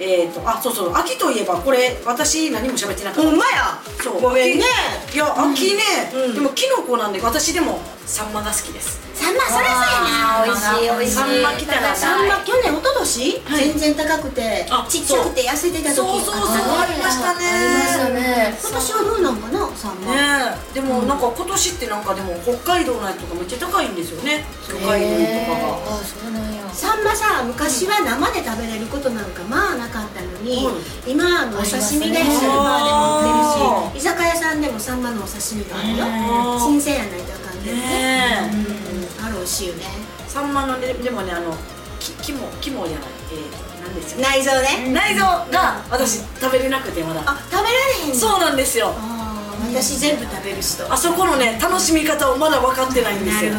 B: えっ、とあそうそう秋といえばこれ私何も喋ってなかった
C: ほんまや
B: そう
C: ごめんね
B: 秋いや秋ね、でもキノコなんで私でもサンマが好きです
C: サンマそりゃ
A: あー美味しい美味しい
B: サンマ来たら
C: サンマ去年一昨年、全然高くて
B: あ
C: ちっちゃくて痩せてた時
B: そうそうそうありましたね
A: ね
C: 今年はどうなんかなサンマ、
B: ねえでもなんか今年ってなんかでも北海道のやつとかめっちゃ高いんですよね魚介類とかが
A: あそうなんや
C: サンマさ昔は生で食べれることなんかまあなかったのに、
B: う
C: 今あのお刺身で
A: あります
C: ス
A: ね
C: ーパーでも売って
B: あー
C: るし居酒屋さんでもサンマのお刺身があるよ
B: うん
C: 新鮮やないとあかんけどね
B: ねえ
C: うんある美味しいよね
B: サンマのねでもねあのき肝肝じゃないえー、なんですよ
C: 内臓ね、
B: 内臓が私食べれなくてまだ
C: あ食べられへんの
B: そうなんですよ
C: あー私全部食べる人
B: あそこのね楽しみ方をまだ分かってないんですよ
C: ど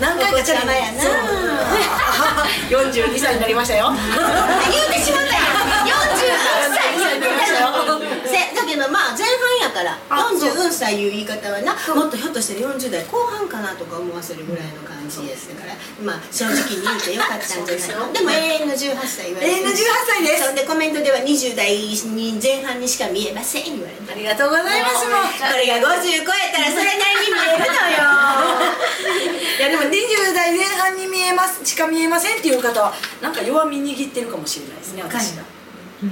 B: 何回かチャレン
C: やな
B: ジそう42歳になりました よ
C: 言うてしまったやん48歳言うてたよせだけどまあ前半やから
B: あそう
C: 44歳いう言い方はなもっとひょっとして40代後半かなとか思わせるぐらいの感じですからまあ正直に言うてよかったんじゃないのでも永遠の18歳言われて
B: 永遠の18歳です
C: そんでコメントでは20代に前半にしか見えません言われて
B: ありがとうございますもう
C: これが50超えたらそれなりに見えるの よ
B: いやでも20代前半に見えますしか見えませんっていう方はなんか弱み握ってるかもしれないですね私が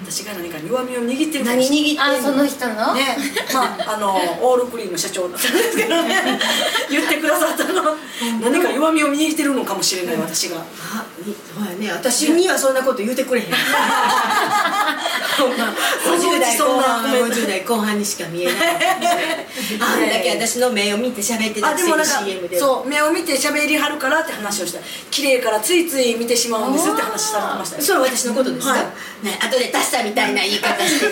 B: 私が何か弱みを握ってるかもしれな
A: あ
B: い
A: のその人の
B: ね、まああのオールクリーンの社 長だったんですけどね言ってくださったの何か弱みを握ってるのかもしれない私が
C: あいそうやね私にはそんなこと言うて くれへん
B: そのうちそんなコメント
C: 50代後半にしか見えないあんだけ私の目を見て喋ってた
B: あ
C: く
B: で
C: せに
B: もなんか
C: CM で
B: そう目を見て喋りはるからって話をした綺麗からついつい見てしまうんですって話されてましたよ
C: それ私のことですか、
B: はい
C: ね後で達者みたいな言い方 して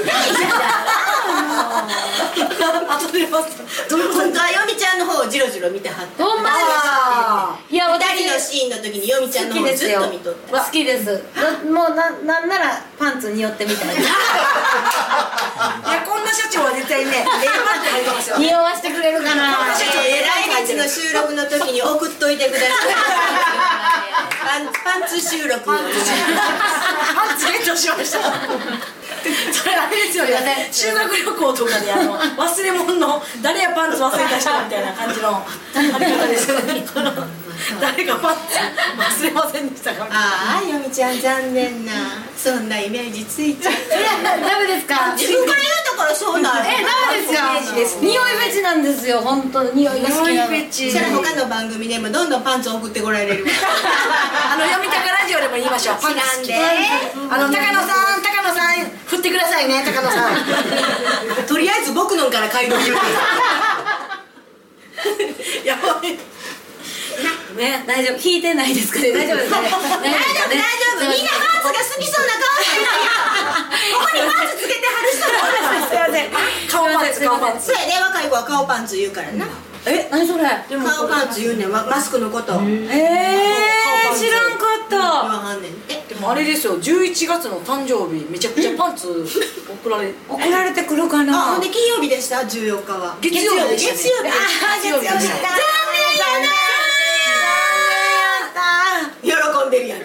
B: あとでますどういうこと
C: 本当はヨミちゃんの方をジロジロ見てはった
A: ほんま
B: あ
A: いや
C: 2人の
A: 私
C: シーンの時にヨミちゃんの方をずっと見とった
A: 好きですなもうななんならパンツによってみたいな
B: いやこんな社長は絶対ねええわって入ってますよ
A: 匂わしてくれるかな
C: 社長え来月の収録の時に送っといてくださいパンパン ツ収録を
B: あっゲットしましたそれあれですよね修学旅行とかであの忘れ物の誰やパンツ忘れた人みたいな感じのあり方です よねこの誰がパンツ忘れませんでしたかみたいな
C: ああヨミちゃん残念なそんなイメージついちゃった
A: ダメですか
C: 自分から言うところそうな
A: え
C: の
A: ダメですか匂いフェチなんですよ本当に匂いが好きなの
B: 匂いフェチ
C: そしたら他の番組でもどんどんパンツ送ってこられるわ
B: あの読み高ラジオでも言いましょう。パンツ好きあの高野さん、高野さん、振ってくださいね、高野さん。
C: とりあえず僕のんから買い物
B: やばい。
A: ね大丈夫引いてないですか ね大丈夫ですね大
C: 大
A: 丈夫
C: 丈夫みんなパンツが好きそうな顔してるよここにパンツつけてはる人もおるわ
B: すいません。顔パンツ、顔パンツ。
C: そうやで若い子は顔パンツ言うからな
A: え何それ
C: 顔パンツ言うねんわマスクのこと言
A: ええ知らんかった
C: わはんねんって
B: でもあれですよ、11月の誕生日、めちゃくちゃパンツ送られ。
A: 怒られてくるか
C: あほ
A: なん
C: で金曜日でした14日は
B: 月曜日でしたね
C: 月曜日あー
B: 月曜日でした
C: 月曜日だ喜んでるやんま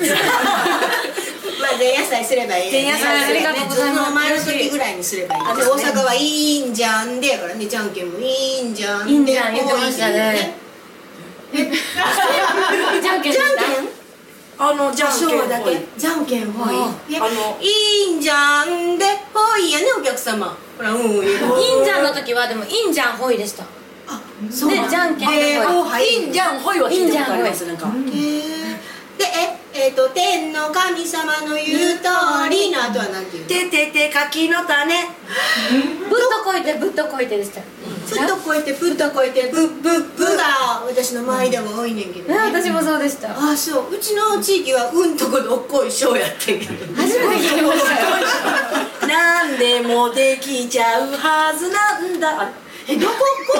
C: あ前夜祭すればいい
A: 前夜祭すればね
C: ずっと前の時ぐらいにすればいいあの大阪はいいんじゃんでやからねじゃんけんもいいんじゃんで
A: いいんじゃん言ってましたねえじゃんけ ん
C: じ
A: で
C: ゃ
A: し
C: ん
A: た
C: けん
B: あの、じゃんけん
C: そうだ
B: ぽい
C: け。じゃんけんほい
B: うん
C: え
B: あの
C: いいんじゃんでほいやねお客様ほらうんうん言うて
A: インジャンの時はでもインジャンホイでした
C: そうなん
A: でじゃんけんで
C: えー
A: ほい
C: 後輩
B: いいんじゃん、ほいは聞いたことあります、なんか。
C: へーでええーと天の神様の言う通りの後は何て言うの
B: ててて、柿の種。
A: ぶっとこいてぶっとこいてでした
C: ふっとこいてふっとこいてぶぶぶが私の周りでも多いねんけど、
A: ね私もそうでした
C: ああそううちの地域はうんとこどっこいしょうやってんけど
A: 初めて聞きましたよ
B: なんでもできちゃうはずなんだ。あ
C: えどこ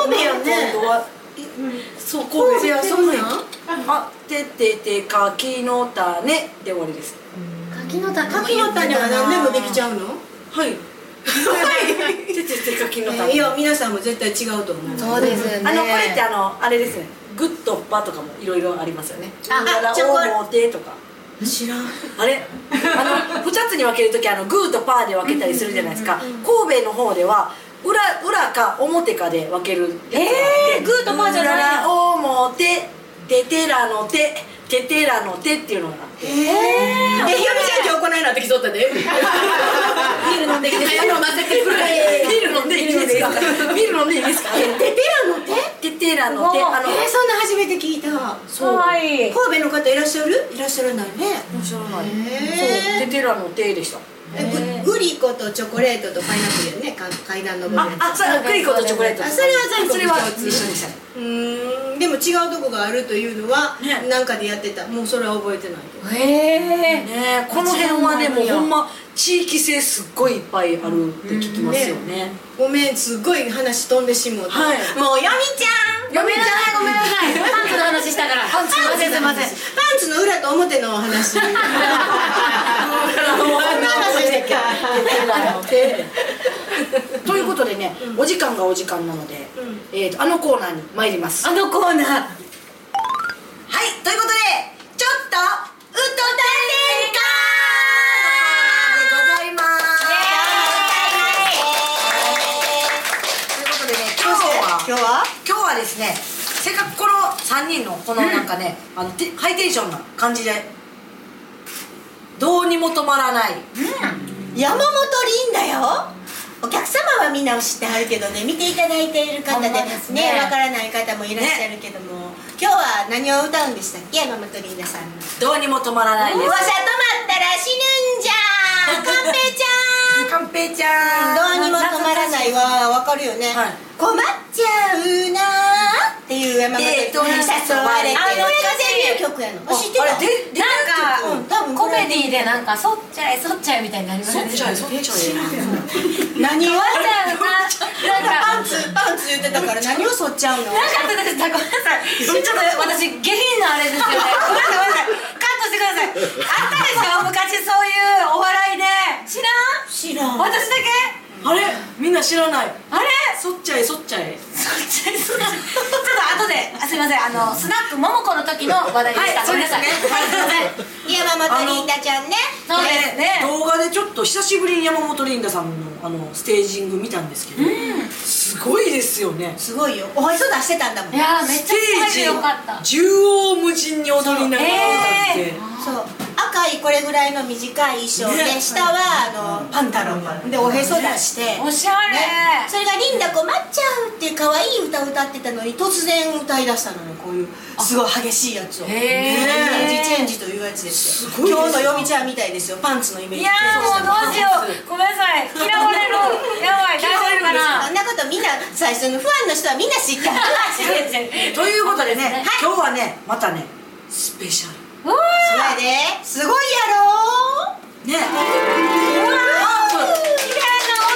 C: 神戸やね
B: 今度はそう神戸はそうなんやあててて柿の種で終わりです
A: 柿の種
C: 柿の種は何でもできちゃうの
B: はいててて柿の
C: えー
B: 種
C: いや皆さんも絶対違うと思う
A: そうですよね
B: あのこれってあのあれですねグッドバとかもいろいろありますよね
C: あ
B: うらら
C: チョコレ
B: おもてとか
C: 知らん
B: あれあの2つに分けるときあのグーとパーで分けたりするじゃないですか神戸の方では裏裏か表かで分ける
A: えーグーとパーじゃないう
B: らら表テテラの手テテラの手っていうのがあって
C: えー、ひよみちゃん今日こないなってきとったで ビール飲んできてビール飲ませてくれ
B: ビール飲んでいいですかビール飲んでいいですか
C: テテラの手
B: テテラの手あの
C: えー、そんな初めて聞いた
A: かわいい
C: 神戸の方いらっしゃるいらっしゃらないね
B: 面白ない
C: へー
B: そうテテラの手でした
C: えググリコとチョコレートとパイナップルよねか階段登る
B: あ
C: や、つ
B: あ、そうクリコとチョコレート
C: あそれは全
B: そ
C: 国
B: れは
C: 共
B: 一緒
C: 通
B: でしたね
C: うーんでも違うとこがあるというのは、
B: ね
C: なんかでやってたもうそれは覚えてないけど
A: へえ
B: ねえこの辺はねもうほんま地域性すっごいいっぱいあるって聞きますよね
C: ごめんすっごい話飛んでしもうた、
B: はい
C: もうヨミちゃん
A: ごめんなさいごめんなさい パンツの話したからパンツすいませんすいません
C: パンツの裏と表のお話裏の話でしたっけ
B: テテラの手ということでねお時間がお時間なのでえーとあのコーナーに参ります
A: あのコーナー
B: はい、ということで、ちょっと、うとたねかーでございます。ということでね、今日は、
C: 今日は
B: 今日はですね、せっかくこの3人の、このなんかね、あのてハイテンションな感じで、どうにも止まらない。
C: 山本凛だよお客様はみんなを知ってはるけどね見ていただいている方で
A: ほんまですね
C: ねわからない方もいらっしゃるけども、今日は何を歌うんでしたっけ山本凛ださんの「
B: どうにも止まらない
C: お
B: で。
C: さ止ます ったら死ぬんじゃんカンペちゃん
B: カンペぺいちゃん
C: どうにも止まらないはわかるよね、
B: はい
C: 困っちゃうなーっていう山本
B: えーと
C: に誘われてこ
A: あこ
C: れ
A: れ
C: が
A: が
C: デ
A: デ
C: ビ
A: ビ
C: ュ
A: ュ
C: ー曲やの
B: あ
C: 知ってた
B: あれで
A: なんか、
C: うん多分こ
A: コ
C: れ
A: メディでなんか「そっちゃえそっちゃえ」みたいになりました
B: そっちゃえそっちゃえ
C: 何を
A: 困っちゃうななんか
C: パンツパンツ言ってたから何をそっちゃうの
A: なかったです。ごめんなさい。ちょっと私下品なあれですよね。ごめんなさい。カットしてください。あったでしょ昔そういうお笑いで。知
C: 知
A: らん？
C: らん
A: 私だけ？
B: あれみんな知らない
A: あれ？
B: そっちゃえそっちゃえ
A: そっちそっち。ちょっと後で。あすみません。あのスナック桃子の時の話題でした。
B: はい
A: ごめんなさい。はいすみません。
C: 山本リンダちゃんね
A: そうですね。
B: 動画でちょっと久しぶりに山本リンダさんのあのステージング見たんですけど、すごいですよね
C: すごいよおへそ出してたんだもん
A: いやーめっ
B: ス
A: ちゃスタイ
B: テ
A: ル良かった
B: ー。ジ縦横無尽に踊りながら歌って、
C: そう赤いこれぐらいの短い衣装で、
B: ね
C: 下はあのパンタロンでおへそ出して、
A: おしゃれ。
C: ねそれがリンダ困っちゃうっていう可愛い歌を歌ってたのに突然歌い出したのよこういうすごい激しいやつを
A: へー
C: ねエナジーチェンジというやつですよ
B: すごいですね
C: 今日のよみちゃんみたいですよパンツのイメー
A: い
C: ジ
A: やーもうどうしよう。ごめんなさい。嫌われる。やばい。大丈夫か
C: あ
A: な。
C: んなことみんな最初のファンの人はみんな 知ってる
A: 違う違う
B: ということでね、
A: はい
B: 今日はねまたねスペシャル
A: うわー
C: それですごいやろ
B: ね
A: うわー綺麗な音
C: ご紹介して
A: ほんと綺麗な音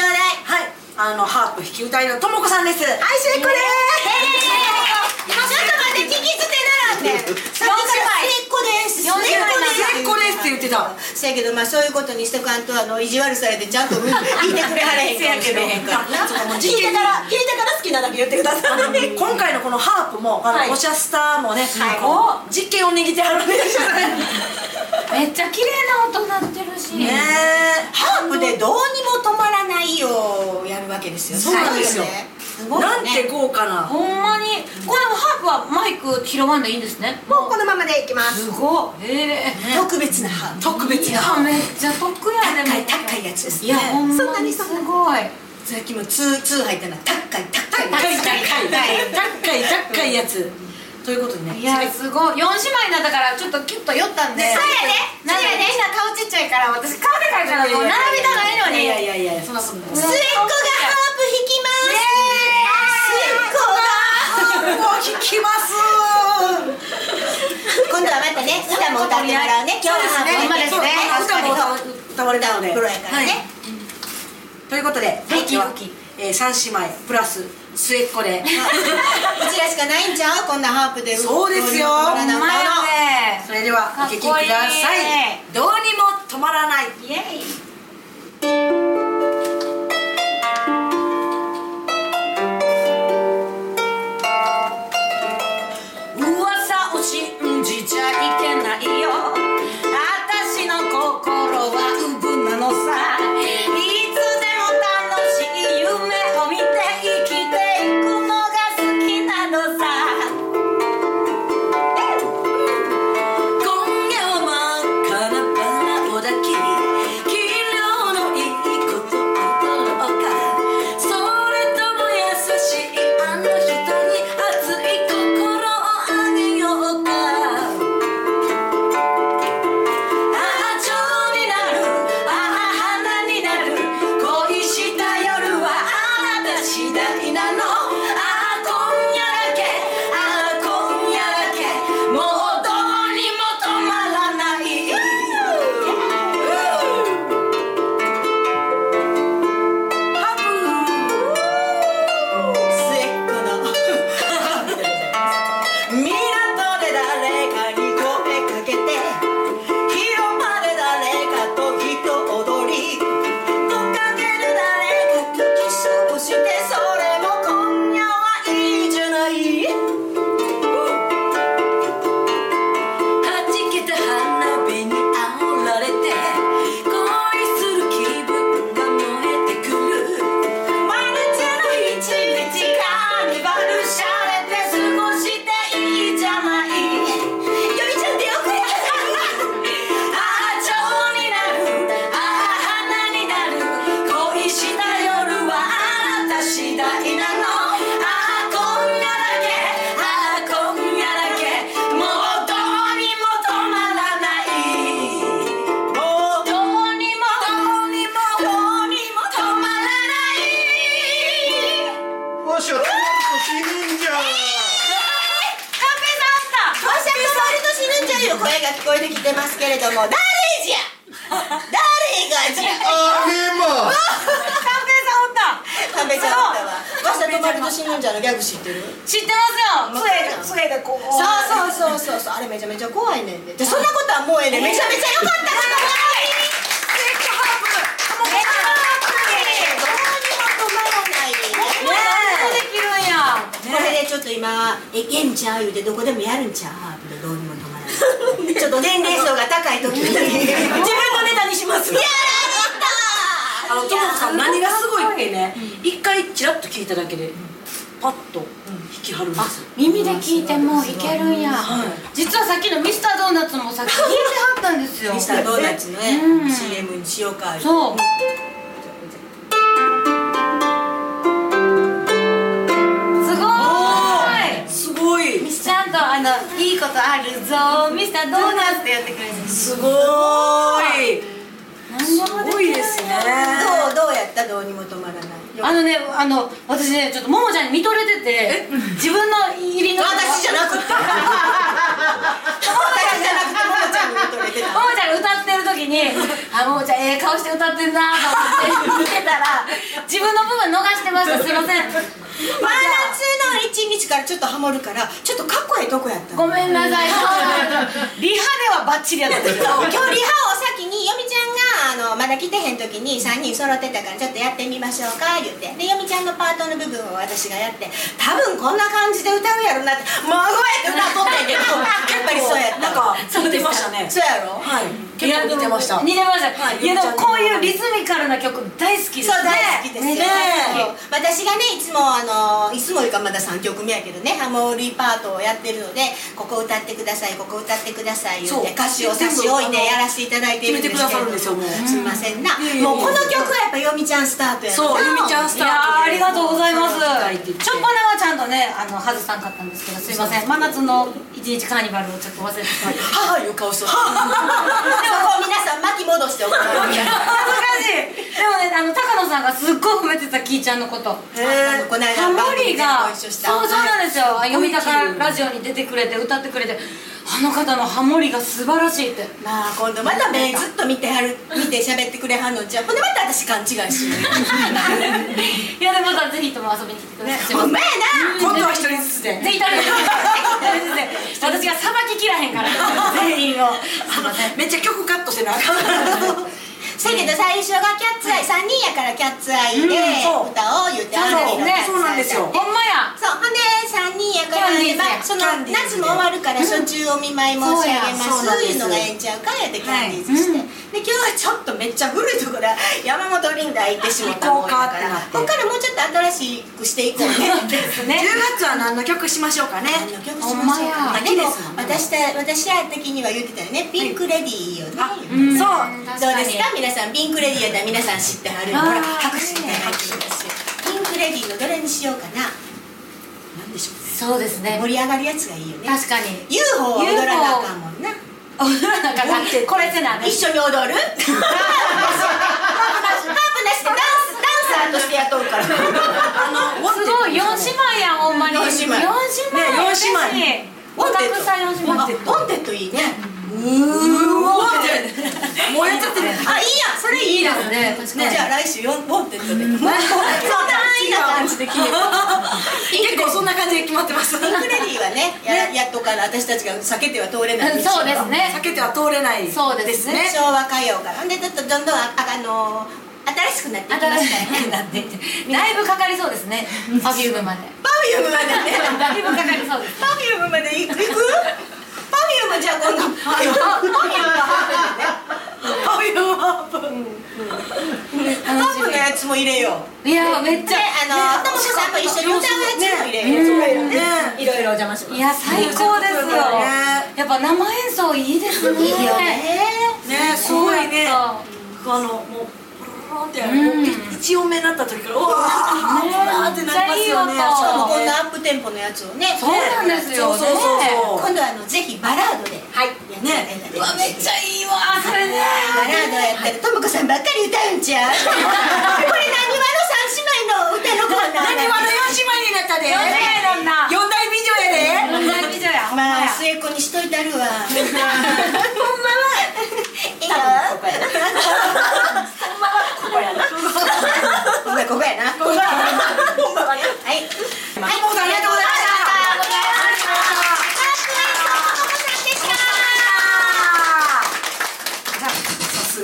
C: ちょうだい
B: はいあのハープ弾き歌いのともこさんです
C: はい、成功でーす。ちょっと待って、聞き捨てならんねん。さっきから成功です。
A: 四姉妹
B: 成功ですって言ってた
C: せやけど、まあ、そういうことにしとかんと、あの、意地悪されて、ちゃんと、聞いてくれはれへんかもしれへんからな。聞いてから、聞いてから好きなだけ言ってくださ
B: あのね今回のこのハープも、あの
C: はい
B: おしゃスターもね、
A: はい
B: こう実験を握ってはるんですよね。
A: めっちゃ綺麗な音鳴ってるし
B: ね
C: ハープでどうにも止まらないよ、やるわけですよ。
B: そうなんですよ
C: ねすごい
B: な
C: よ
B: ん
C: ね
B: て豪華な。
A: ほんまにこれでもハープはマイク拾わんでいいんですね
C: もうこのままでいきます。
A: すごいへえ
C: 特別なハープ。
B: 特別
A: い
B: な
A: やめっちゃ得や
C: 高
A: ね
C: い高いやつです
A: い
C: ね
A: や。ほん
C: そん
A: ま
C: なに
A: にす
C: そんなに。
A: ごい
C: さっきもツーツー入ったな。高い高い
B: 高い高い
C: 高い。
B: 高い高いやつ。ということでね。
A: いやすごい四姉妹になったからちょっとキュッと寄ったんで
C: そうやで
A: なんかみんな顔ちっちゃいから私顔でかいからもう並びたないのに
B: いやいやいやいやそんなそんな。
C: 末っ子がハープ弾きます
B: ハープを弾きます。
C: 末っ子が今度はまたね歌も歌ってもらうね今日はハープ今ですね
B: 歌も歌歌われたので。
C: プロやからね
B: ということで、今日はえー三姉妹プラス末っ 子で。
C: うちらしかないんちゃうこんなハープで
B: そうですよ
C: 歌うの
A: ほんまやね
B: それではお聴きくださいどうにも止まらない
A: イエイ噂を信じちゃいけないよ私の心はウブなのさいつでも楽しい夢を見て生きていくのが好きなのさ今夜は真っ赤なバラを抱き綺麗
C: の声が聞こえてきてますけれども誰じゃ誰がじゃ
I: あれま
C: 食べちゃったわわしと隣と死ぬんじゃのギャグ知ってる
F: 知ってますよ杖が杖がこう
C: そうそうそうそうそうあれめちゃめちゃ怖いねんででそんなことはもうええねんめちゃめちゃ良かったから
F: ねえできるんや
C: これでちょっと今「えけんちゃう?」言うてどこでもやるんちゃうってどうにも止まらないちょっと年齢層が高い時に自分のネタにしますやられ
B: あのトモコさん何がすごいってね一回チラッと聞いただけでパッと引き張るんですよ
A: 耳で聞いてもういけるんや実はさっきのミスタードーナツもさっき聞いてはったんですよ
C: たミスタードーナツのね
A: うん
C: CM にしようか言うて
A: そうすごー
B: すごい
A: いちゃんとあのいいことあるぞミスタードーナツって言ってくれるんです
B: すごい
A: 何でも
B: すごいですね
C: どうどうやったどうにも止まらない
A: あのねあの私ねちょっとももちゃんに見とれてて自分の入りの
C: 私じゃなくて私じゃなくてももちゃんに認めてた
A: ももちゃんが歌ってる時に「あももちゃんええ顔して歌ってんな」と思って見てたら自分の部分逃してましたすいません
C: 真夏の一日からちょっとハモるからちょっとかっこええとこやった
A: ごめんなさい
F: リハではバッチリやったけど
C: 今日リハを先によみちゃんがあのまだ来てへん時に3人揃ってたからちょっとやってみましょうか言ってでよみちゃんのパートの部分を私がやって多分こんな感じで歌うやろなって「もう声」って歌っとったんやけど やっぱりそうやった
B: なんか似てましたね
C: そうやろ
B: はい結構似てました
A: 似てました、、
B: はいい
A: やでもこういうリズミカルな曲大好きで
C: そ
A: す
C: う大好きですよ、
A: ね
C: そう私がねいつもあのいつもいうかまだ3曲目やけどねハモリパートをやってるのでここ歌ってくださいここ歌ってください言っ
B: そう
C: て歌詞を差し置いてやらせていただいているんですけれども
B: 決めてくださるんですよもう
C: すいませんな、
B: いえいえ
C: もうこの曲はやっぱよみちゃんスタートやな
B: そうゆみちゃんス
A: い
B: タ
A: や
B: ー
A: ーありがとうございますちょっぱな
B: ち
A: はちゃんとねあの外さんかったんですけどすいません真夏の一日カーニバルをちょっと忘れてしまって
B: 母いう顔して
C: でもこう皆さん巻き戻しておく
A: 恥ずかしいでもねあの高野さんがすっごい褒めてたキイちゃんのこと
C: あのこの間
A: ハモ
C: 番組
A: リが
C: でご一緒した
A: そうそうなんですよ「読みたからラジオ」に出てくれて歌ってくれてあの方のハモリが素晴らしいって
C: まあ今度また目ずっと見てはる見て喋ってくれはんのじゃうほんでまた私勘違いしてる
A: いやでまたぜひとも遊びに来てください、
C: ほんまやな
B: 今度は一人ずつで
A: ぜひ誰でも私がさばききらへんから全員をすいません
B: めっちゃ曲カットしてなあかん
C: せやけど最初がキャッツアイ3人やからキャッツアイで
B: うんそう
C: 歌を言ってあ
A: そうですね
B: そうなんですよ
A: ほんまや
C: そうほんで3人やから
A: キャンディーズや
C: まあその
B: キャンディー
C: 夏
B: ズ
C: も終わるから初中お見舞い申し上げま
B: そうやそう
C: す
B: なんです
C: いうのがええんちゃうかやってキャンディーズして、で今日はちょっとめっちゃ古いところだ山本リンダ行ってしまったもんやか
B: 行こうかってな
C: ら
B: って
C: こっからもうちょっと新しくしていこうね
A: です
B: 10
A: ね
B: 月は何の曲しましょうかね
C: の曲
A: ほんま
C: ま
A: や
C: あでも
B: 秋ですもんね
C: 私た私ら的には言ってたよねピンクレディーよね、
A: うん
B: そう
C: どう
A: 確か
C: で
A: に
C: すか皆さんピンクレディーやったら皆さん知ってはるよ
A: あ
C: ほ
A: ー
C: ら拍手みたいな拍手ですよピンクレディーのどれにしようかななんでしょう
A: そうですね
C: 盛り上がるやつがいいよね
A: 確かに
C: UFO は踊らなあかんもんな
A: お風呂の中がこれせなあかん
C: 一緒に踊るハープ なしハープなしでダンスダンサーとして雇うから
A: すごい四姉妹やんほんまに
C: 四姉妹
A: 四姉妹
B: ね四姉
A: 妹若草四姉妹
C: あボンテッドいいね
B: うわもうやっちゃってる
C: あいいやんそれいいやんね
A: 確
C: じゃあ来週4ボンテッドでそんな安易な感じで決める
B: 結構そんな感じで決まってます
C: ピンクレディーはねややっとから私たちが避けては通れない道
A: そうです
B: 避
A: ね
B: けては通れない
A: そうですね
C: 昭和歌謡からほんでちょっとどんどんああの新しくなっていきま
A: 新
C: した
A: し
C: ね
A: いなっていってだいぶかかりそうですねパフュームまで
C: パフュームまでね
A: だいぶかかりそうです
C: パフュームまで行く行くパフュームじゃあ今度パフューム
B: パフュームアッ
C: パ
B: プ
C: フュームのやつも入れよう
A: いやめっち
C: で
A: ゃ
C: あのともこさんと一緒に歌うやつも入れよう
B: ね
F: いろいろお邪魔します
A: いや最高ですよ
B: ね
A: やっぱ生演奏いいですね
C: いいよね
B: ねすごいねあ
A: そ
B: のもうポロロンってやるもう一音目になった時からうわ
A: うね
B: ーってなりますよね
A: めっちゃ
C: し
A: いい音
C: かもこんなアップテンポのやつをね
A: そうなんですよね
B: そうそうそうそう
C: 今度はあのぜひバラードではいね
B: ね
C: うわめっちゃいい
A: いいわそれね
C: バラードやったらともこさんばっかり歌うんちゃう これなにわの三姉妹の歌のコーナー
B: 何話の四姉妹になったで
A: 四姉妹なんだ
B: 四大美女や
A: こ
B: で
A: んな美女やほんま
C: まあ
A: や
C: 末っ子にしといたるわ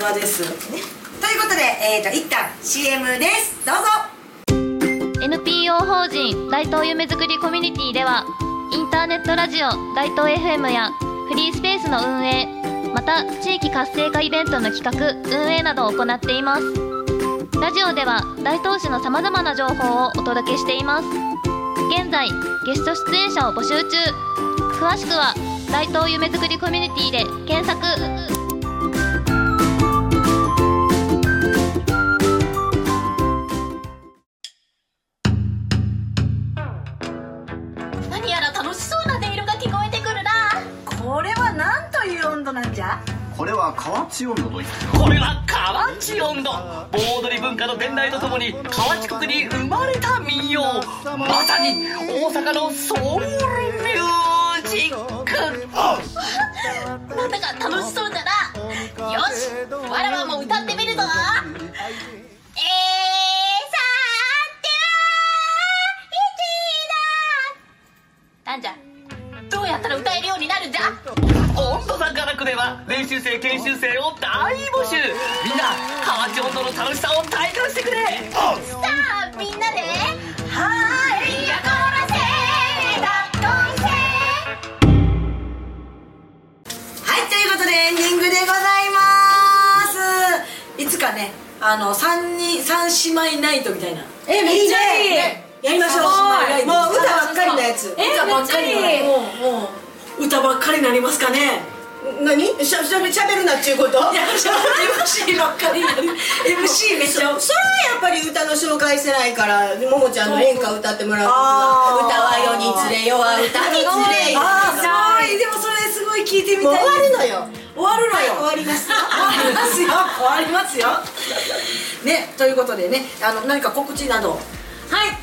B: 場です、ねということで、えー、と一旦 CM ですどうぞ
I: NPO 法人大東夢づくりコミュニティではインターネットラジオ大東 FM やフリースペースの運営また地域活性化イベントの企画運営などを行っていますラジオでは大東市のさまざまな情報をお届けしています現在ゲスト出演者を募集中詳しくは大東夢づくりコミュニティで検索
F: 何やら楽しそうな音色が聞こえてくるな
B: これは何という温度なんじゃ
J: これは河内温度といって
K: これは河内音頭盆踊り文化の伝来とともに河内国に生まれた民謡まさに大阪のソウルミュージック
F: なんだか楽しそうだなよしわらわも歌ってみるぞえーさーてーいちだなんじゃどうやったら歌えるようになるんじゃ
K: 音頭さんからくでは練習生研修生を大募集みんな河内音頭の楽しさを体感してくれ
F: さあみんなで「はーいやこらせだっこいせ」
B: はいということでエンディングでございますいつかねあの三人三姉妹ナイトみたいな
A: えめっちゃいい
B: やりましょう
A: すごい
B: もう歌ばっかりのやつ
A: えめっちゃいい
B: 歌ばっかりのやつもうもう歌ばっかりになりますかね
C: 何しゃしゃべしゃべるなっていうこと
B: いや MC ばっかりにな る MC めっちゃ
C: それはやっぱり歌の紹介してないからももちゃんの演歌歌ってもらう時は
B: あー
C: 歌は世に連れよは歌に連れよ
B: ああすごいでもそれすごい聞いてみ
C: もう
B: たい
C: 終わるのよ
B: 終わるのよ終わり
C: ます
B: ますよ終わりますよねということでねあの何か告知など
A: はい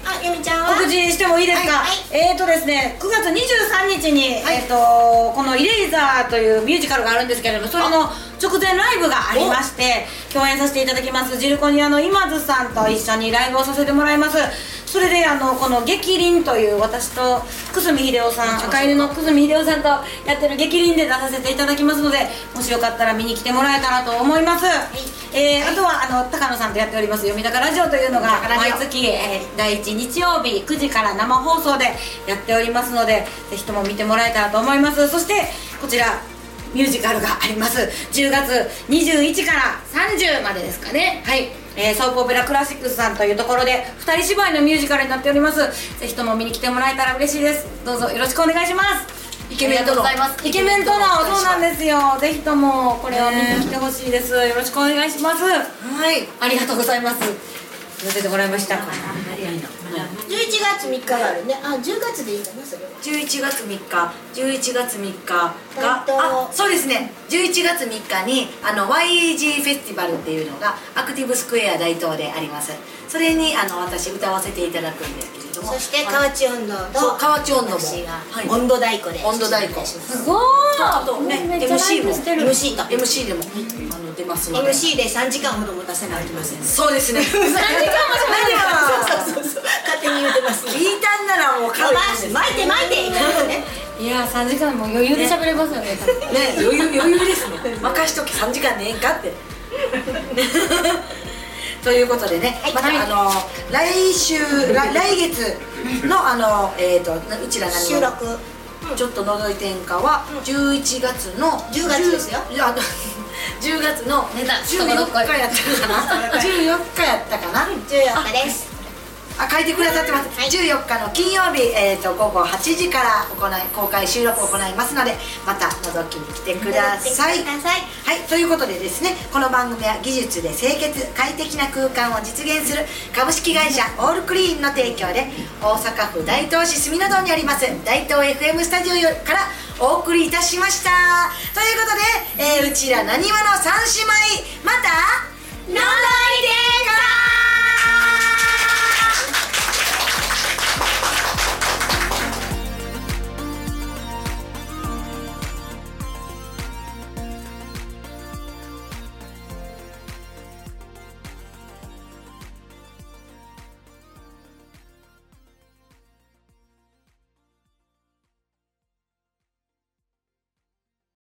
C: あゆみちゃんは
A: 告知してもいいですか、
C: はい
A: えーとですね9月23日に、えー、とこの「イレイザー」というミュージカルがあるんですけれどもそれの直前ライブがありまして共演させていただきますジルコニアの今津さんと一緒にライブをさせてもらいますそれであのこの「激凛」という私と久住秀夫さん赤犬の久住秀夫さんとやってる「激凛」で出させていただきますのでもしよかったら見に来てもらえたらと思います、えーあとはあの高野さんとやっております「読み高ラジオ」というのが毎月、えー第1日曜日9時から生放送でやっておりますのでぜひとも見てもらえたらと思いますそしてこちらミュージカルがあります10月21から30までですかねはい、えー、ソープオペラクラシックスさんというところで2人芝居のミュージカルになっておりますぜひとも見に来てもらえたら嬉しいですどうぞよろしくお願いしますイ
B: ケメンとの
A: イケメンとのそうなんですよぜひともこれを見に来てほしいですよろしくお願いします
B: はい
A: ありがとうございます寄せてもらいました
C: 11月3日があるねあ10月でいいかなそれは
B: 11月3日11月3日が
C: えっと
B: あそうですね11月3日にあの YEG フェスティバルっていうのがアクティブスクエア大東でありますそれにあの私歌わせていただくんですけれども
C: そして
B: あ
C: 河内温度
B: のそう
C: と
B: 河内温度も
C: 私が
B: はい
C: 温度太鼓で
B: 温度太鼓
A: すご
B: あとね MC も
C: MC と
B: MC でもあの出ますので
C: MC で3時間ほど持たせないといけませんね
B: そうですね 何時間も喋
C: そうそうそう勝手に言うてます
B: 聞いたんならもう
C: 巻
B: 軽いですね
C: いて巻いていかないと ね
A: いやー3時間も余裕で喋れますよね
B: ね余裕余裕です ね任しとき3時間でええんかって ということでね、またあの来週来来月のあのえっ、とうちら何
C: 収録
B: ちょっと覗いてんかは11月の
C: 10月ですよ
B: いやあの10月の
A: 出た
B: 14日やったかな14日やったかな
C: 14日です
B: あ書いてくださってます、14日の金曜日、えー、と午後8時から行い公開収録を行いますのでまた覗きに来てくださ
C: 覗
B: い。
C: いてください
B: はい、ということでですねこの番組は技術で清潔快適な空間を実現する株式会社オールクリーンの提供で大阪府大東市住の堂にあります大東 FM スタジオよりからお送りいたしましたということで、えーうちらなにわの三姉妹また「のんだ